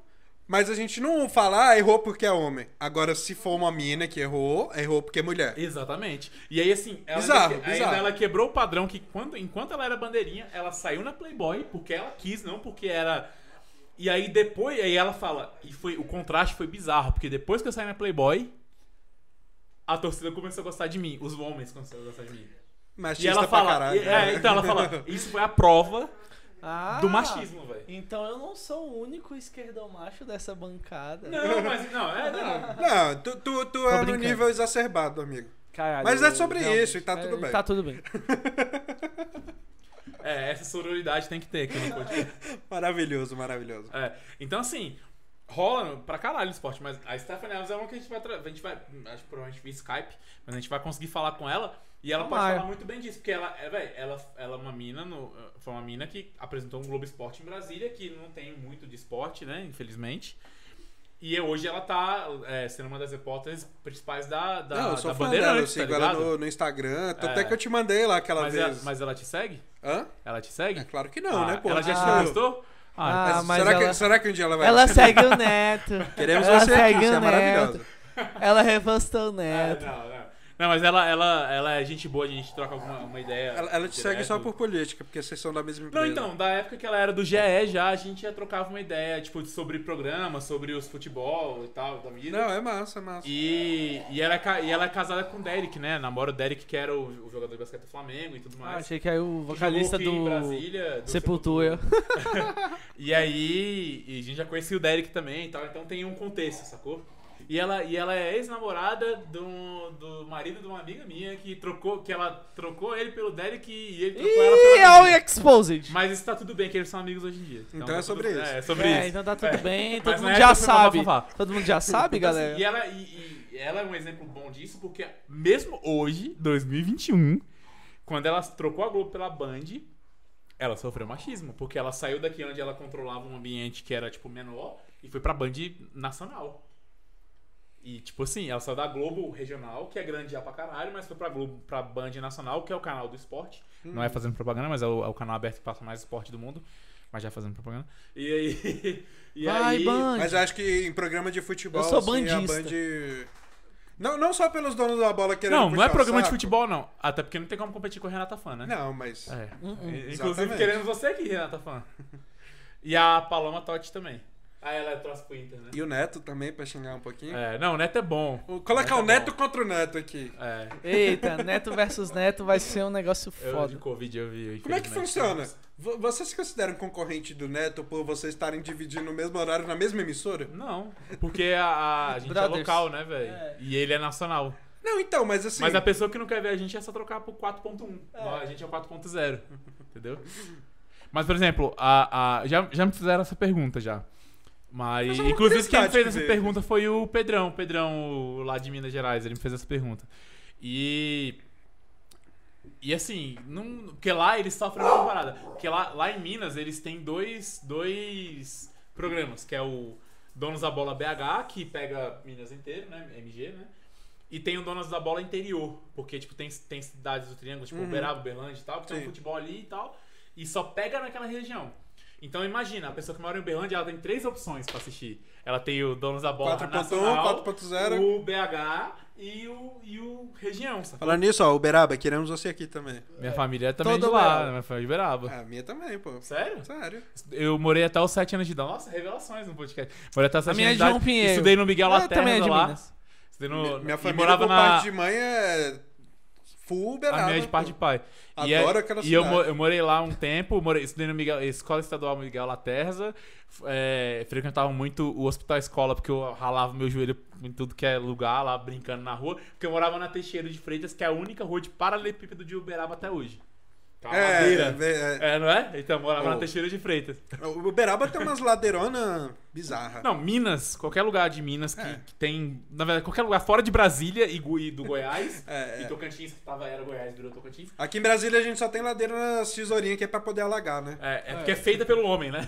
mas a gente não fala, ah, errou porque é homem. Agora, se for uma mina que errou, errou porque é mulher. Exatamente. E aí, assim, ela, Bizarro, ainda, bizarro. ela quebrou o padrão que quando, enquanto ela era bandeirinha, ela saiu na Playboy porque ela quis, não porque era. E aí depois, aí ela fala, e foi o contraste foi bizarro, porque depois que eu saí na Playboy, a torcida começou a gostar de mim, os homens começaram a gostar de mim. Machista E ela pra fala, caralho. e- é, então ela fala, isso foi a prova Ah, do machismo, velho. Então eu não sou o único esquerdomacho dessa bancada. Não, mas não, é, não. Não, tu, tu, tu é no brincando. nível exacerbado, amigo. Caralho, Mas é sobre realmente, isso e tá é, tudo bem. Tá tudo bem. É, essa sororidade tem que ter aqui no podcast. Maravilhoso, maravilhoso. É, então assim, rola pra caralho o esporte, mas a Stephanie Alves é uma que a gente vai. tra- A gente vai. Acho que provavelmente via Skype, mas a gente vai conseguir falar com ela. E ela pode Tomara. falar muito bem disso, porque ela é, véi, ela, ela é uma mina, no- foi uma mina que apresentou um Globo Esporte em Brasília, que não tem muito de esporte, né, infelizmente. E hoje ela tá é, sendo uma das repórteres principais da, da, não, eu sou da fã dela, eu Bandeirantes, tá sigo ela ligado? no, no Instagram. Tanto É. é que eu te mandei lá aquela mas, ela, vez. mas ela te segue? Hã? Ela te segue? É claro que não, Ah, né, pô? Ela já te Ah. entrevistou? Ah, Ah, Mas mas será, ela- que, será que um dia ela vai... Ela tá segue o Neto. Queremos ela você segue aqui, você o é maravilhosa. Neto. Ela repostou o É, Ah, Neto. não, não. Não, mas ela, ela, ela é gente boa, a gente troca alguma uma ideia. Ela, ela te segue direto. só por política, porque vocês são da mesma empresa. Não, então, da época que ela era do GE já, a gente já trocava uma ideia, tipo, sobre programa, sobre os futebol e tal, da vida. Não, é massa, é massa. E, e, ela, é ca- e ela é casada com o Derek, né? Namora o Derek, que era o, o jogador de basquete do Flamengo e tudo Ah, mais. achei que aí o Que jogou vocalista aqui em do Brasília, do Sepultura. E aí, e a gente já conhecia o Derek também e tal, então tem um contexto, sacou? E ela, e ela é ex-namorada do, do marido de uma amiga minha que trocou, que ela trocou ele pelo Derek e ele trocou ela E pela é o amiga. Exposed. Mas isso tá tudo bem, que eles são amigos hoje em dia. Então tá é tudo- sobre isso. É, é sobre É, isso. então tá tudo bem, todo Mas mundo na já época foi sabe. bafafá. Todo mundo já sabe, Então, assim, galera. E ela, e- e ela é um exemplo bom disso, porque mesmo hoje, 2021, quando ela trocou a Globo pela Band, ela sofreu machismo, porque ela saiu daqui onde ela controlava um ambiente que era, tipo, menor e foi pra Band nacional. E, tipo assim, ela saiu da Globo regional, que é grande já pra caralho, mas foi pra Globo, pra Band nacional, que é o canal do esporte. Não Uhum. é fazendo propaganda, mas é o, é o canal aberto que passa mais esporte do mundo. Mas já fazendo propaganda. E aí. E Vai, aí, Band. Mas eu acho que em programa de futebol, Eu sou assim, a bandista. Band- Não, não só pelos donos da bola querendo Não, não puxar é o programa de saco. futebol, não. Até porque não tem como competir com a Renata Fã, né? Não, mas... É. Inclusive, Exatamente. queremos você aqui, Renata Fã. E a Paloma Totti também. Ah, ela é troço pro Inter, né? E o Neto também, pra xingar um pouquinho. É, não, o Neto é bom. Vou Colocar Neto o é Neto contra o Neto aqui. É. Eita, Neto versus Neto vai ser um negócio Eu foda. de Covid eu vi. Como é que infelizmente. funciona? V- Vocês se consideram concorrente do Neto por vocês estarem dividindo o mesmo horário na mesma emissora? Não, porque a, a gente é Brothers. local, né, velho? É. E ele é nacional. Não, então, mas assim. Mas a pessoa que não quer ver a gente é só trocar pro 4.1. A gente é o 4.0. Entendeu? Mas, por exemplo, a, a, já, já me fizeram essa pergunta já. Mas, Mas é uma inclusive, quem me curiosidade fez essa que veio. pergunta foi o Pedrão. O Pedrão lá de Minas Gerais, ele me fez essa pergunta. E. E assim, não, porque lá eles sofrem uma parada. Porque lá, lá em Minas eles têm dois, dois programas, que é o Donos da Bola BH, que pega Minas inteiro, né? MG, né? E tem o Donos da Bola interior, porque tipo, tem, tem cidades do Triângulo, tipo Uhum. Uberaba, Uberlândia e tal, que tem um Sim. futebol ali e tal, e só pega naquela região. Então imagina, a pessoa que mora em Uberlândia, ela tem três opções pra assistir. Ela tem o Donos da Bola 4.1, Nacional, 4.0. o BH e o, e o Região, sacou? Falando nisso, ó, Uberaba, queremos você aqui também. Minha família é também Toda de lá, Uberaba. né? minha família é de Uberaba. Ah, a minha também, pô. Sério? Sério. Eu morei até os 7 anos de idade. Nossa, revelações no podcast. Morei até os 7 minha anos é de de idade. João Pinheiro. Estudei no Miguel Ela Laterna também é de lá. Minas. Estudei no, minha e família, morava por na... parte de mãe, é full Uberaba. A minha é de pô. parte de pai. Adoro é- aquela E eu, cidade. mo- eu morei lá um tempo, morei, estudei na Miguel- Escola Estadual Miguel Laterza, f- é, frequentava muito o hospital escola, porque eu ralava meu joelho em tudo que é lugar, lá brincando na rua, porque eu morava na Teixeira de Freitas, que é a única rua de paralelepípedo de Uberaba até hoje. Tá uma É, ladeira. é, É, não é? Então, eu morava na Oh. Teixeira de Freitas. é. O Uberaba tem umas ladeironas bizarras. Não, Minas, qualquer lugar de Minas que, É. que tem. Na verdade, qualquer lugar fora de Brasília e, Goi- e do Goiás. É, E é. Tocantins, que tava, era Goiás, virou Tocantins. Aqui em Brasília a gente só tem ladeira na tesourinha que é pra poder alagar, né? É, é porque é feita pelo homem, né?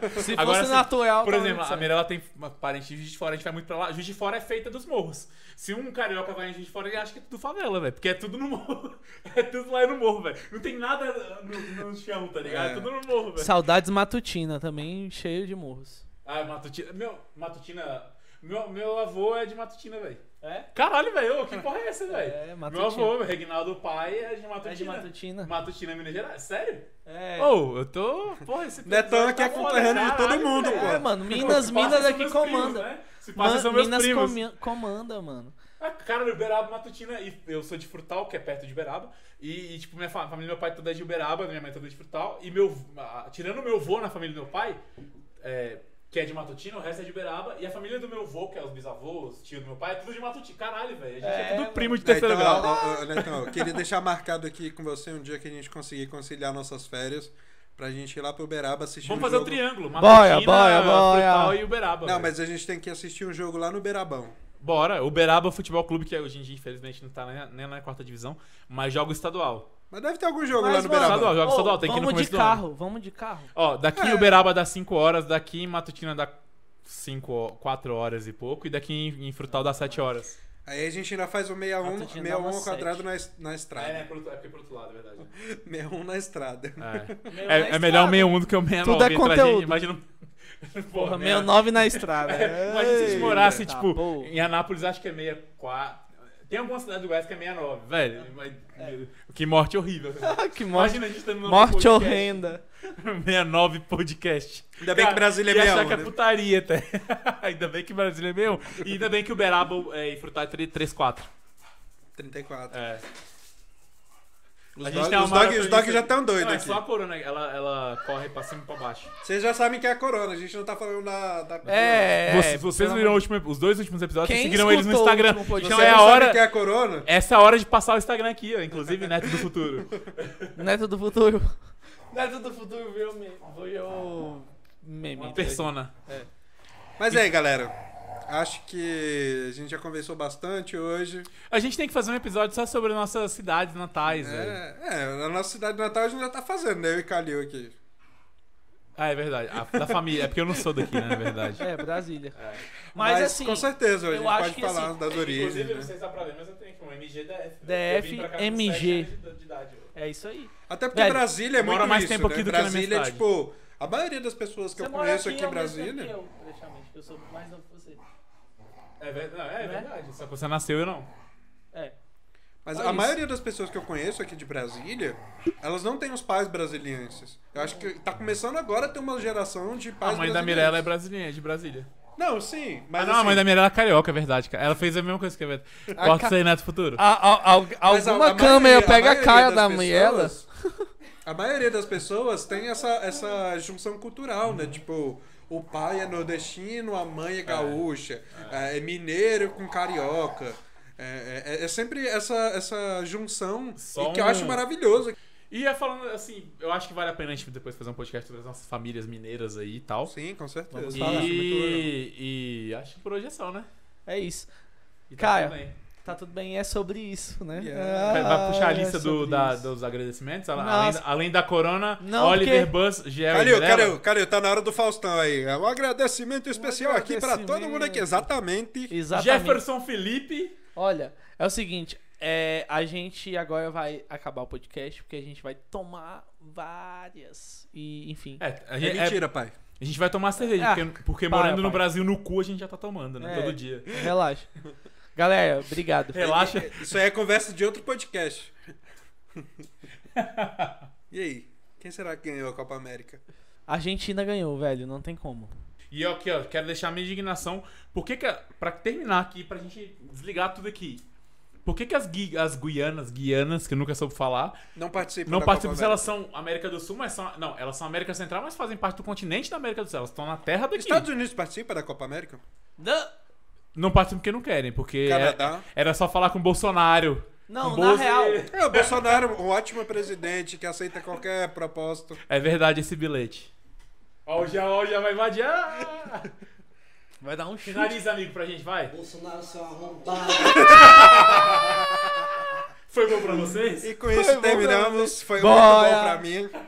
Se fosse Agora, assim, natural, Por tava exemplo, muito a certo. Mirella tem uma parente de Juiz de Fora, a gente vai muito pra lá. Juiz de Fora é feita dos morros. Se um carioca vai em Juiz de Fora, ele acha que é tudo favela, velho. Porque é tudo no morro. É tudo lá no morro, velho. Não tem nada no, no chão, tá ligado? É, É. tudo no morro, velho. Saudades Matutina também, cheio de morros. Ah, Matutina. Meu, Matutina. Meu, meu avô é de Matutina, velho. É? Caralho, velho. Que porra é essa, velho? É, Meu Matutina. avô, Reginaldo Pai, é de Matutina. É de Matutina. Matutina, Minas Gerais. Sério? É. Ô, eu tô. Porra, esse Não é tão episódio que é tá foda, conterrâneo de todo caralho, mundo, velho. pô. É, mano, Minas, Se passa, Minas são é que meus primos, comanda. né? Se passa, Man- são meus Minas primos. comi- comanda, mano. Ah, Cara, no Uberaba, Matutina, e eu sou de Frutal, que é perto de Uberaba. E, e, tipo, minha fa- família do meu pai toda é de Uberaba, minha mãe toda é de Frutal. E meu. ah, tirando meu vô na família do meu pai, é, que é de Matutina, o resto é de Uberaba. E a família do meu vô, que é os bisavôs, tio do meu pai, é tudo de Matutina. Caralho, velho. A gente é, É, tudo mano. primo de É, terceiro então, grau. ó, ó, né, então, eu queria deixar marcado aqui com você um dia que a gente conseguir conciliar nossas férias pra gente ir lá pro Uberaba assistir Vamos um fazer o jogo. triângulo. Boia, Matutina, boia, Frutal boia. e Uberaba. Não, velho. mas a gente tem que assistir um jogo lá no Uberabão. Bora, Uberaba é Futebol Clube, que hoje em dia, infelizmente, não tá nem, nem na quarta divisão, mas joga o estadual. Mas deve ter algum jogo Mas, lá no mano, Estadual, Uberabão. joga o Ô, estadual, tem que ir no vamos começo de do ano. carro, vamos de carro. Ó, daqui em É. Uberaba dá 5 horas, daqui em Matutina dá 5, 4 horas e pouco, e daqui em, em Frutal dá 7 horas. Aí a gente ainda faz o 61, Atlético dá 61 uma ao um quadrado sete. na, es- na estrada. é porque pro outro lado, é verdade. 61 na estrada. É, é, melhor o 61 do que o 69. Tudo é entre a gente, conteúdo. Imagina. um- Porra, Porra, meio meia- nove na estrada. é. Imagina se a gente Ei, morasse, tá, tipo, pô. em Anápolis, acho que é 64. Tem alguma cidade do Goiás que é 69, velho. mas- É. Que morte horrível. que morte, Imagina a gente estando no morte podcast. horrenda. 69 podcast. Ainda bem que Brasília é ia achar 61, que é né? putaria até. ainda bem que Brasília é 61. E ainda bem que Uberaba é, e Frutal é 3-4. 34. É. Os, A gente dog, tem uma os, dog, maratonista- os dog já estão doidos Não, é aqui. só a corona, ela, ela corre pra cima e pra baixo. Vocês já sabem que é a corona, a gente não tá falando da... da... É, Vocês- é, vocês pelo viram o amor- último, os dois últimos episódios, vocês Quem seguiram eles no escutou o Instagram. último podcast? Então Vocês é a não sabem hora. que é a corona? Essa é a hora de passar o Instagram aqui, ó. Inclusive, Neto do Futuro. Neto do futuro. Neto do futuro virou meme. Virou meme. Uma persona. Mas é aí, galera. Acho que a gente já conversou bastante hoje. A gente tem que fazer um episódio só sobre nossas cidades natais, velho. É, é, a nossa cidade natal a gente já tá fazendo, né? Eu e Calil aqui. Ah, é verdade. A- da família. É porque eu não sou daqui, né? Na verdade. É, Brasília. É. Mas, assim, com certeza, a eu gente acho pode que, falar assim, das origens. Inclusive, não né? sei se dá pra ver, mas eu tenho aqui um MG DF. DF, Eu vim pra cá com MG. sete anos de idade, velho. é isso aí. Até porque Velho, Brasília é mora muito mais isso, tempo né? aqui do que na minha Brasília é cidade. tipo. A maioria das pessoas que eu mora conheço aqui em ao mesmo tempo Brasília. que eu, praticamente, que eu sou mais novo que você. É, ver- não, é Né? verdade. Só que você nasceu, eu não. É. Mas Olha a isso. maioria das pessoas que eu conheço aqui de Brasília, elas não têm os pais brasilienses. Eu acho que tá começando agora a ter uma geração de pais A mãe da brasilienses. Mirella é brasileira, é de Brasília. Não, sim. Mas Ah, não, a assim, mãe da Mirella é carioca, é verdade, cara. Ela fez a mesma coisa que a Mirella. Corta isso aí, Neto Futuro. Mas a- alguma a câmera maioria- pega a maioria cara das da Miela. pessoas- A maioria das pessoas tem essa, essa junção cultural, né? Tipo, o pai é nordestino, a mãe é gaúcha, é, é mineiro com carioca. É, é- é sempre essa, essa junção Só e que eu um- acho maravilhoso. E é falando assim, eu acho que vale a pena a gente depois fazer um podcast sobre as nossas famílias mineiras aí e tal. Sim, com certeza. E, falar. e acho que por hoje é só, né? É isso. E Caio. tudo bem. Tá tudo bem, é sobre isso, né? Yeah. Vai- vai puxar a é lista do- sobre da- isso. dos agradecimentos. Além, Nossa. além da Corona, Não, Oliver porque- Buzz, Gel e Calil, Mirella. Calil, Calil, tá na hora do Faustão aí. É um agradecimento especial aqui pra todo mundo aqui. agradecimento. Exatamente. Exatamente. Jefferson Felipe. Olha, é o seguinte, É, a gente agora vai acabar o podcast porque a gente vai tomar várias. E, enfim. É, a É gente, é- mentira, pai. a gente vai tomar cerveja, Ah, porque, porque para, morando no pai. Brasil no cu a gente já tá tomando, né? É. Todo dia. Relaxa. Galera, obrigado. Relaxa. Isso aí é conversa de outro podcast. e aí? Quem será que ganhou a Copa América? A Argentina ganhou, velho. Não tem como. E eu aqui, ó, quero deixar minha indignação. Por que que, a- pra terminar aqui, pra gente desligar tudo aqui, por que que as, gui, as guianas, guianas, que eu nunca soube falar, Não participa não da participam Copa se elas são América do Sul, mas são... Não, elas são América Central, mas fazem parte do continente da América do Sul. Elas estão na terra América. daqui. Estados Unidos participa da Copa América? Não participam porque não querem, porque é- Canadá? era só falar com o Bolsonaro. Não, Com na Bolsa- real. É, o Bolsonaro, um ótimo presidente que aceita qualquer proposta. É verdade esse bilhete. Ó, já, ó, já vai invadir. Ah! Vai dar um chute. Finaliza, amigo, pra gente, vai. Bolsonaro, seu arrombado. Foi bom pra vocês? E com isso bom pra né? terminamos. Foi muito Bora. bom pra mim.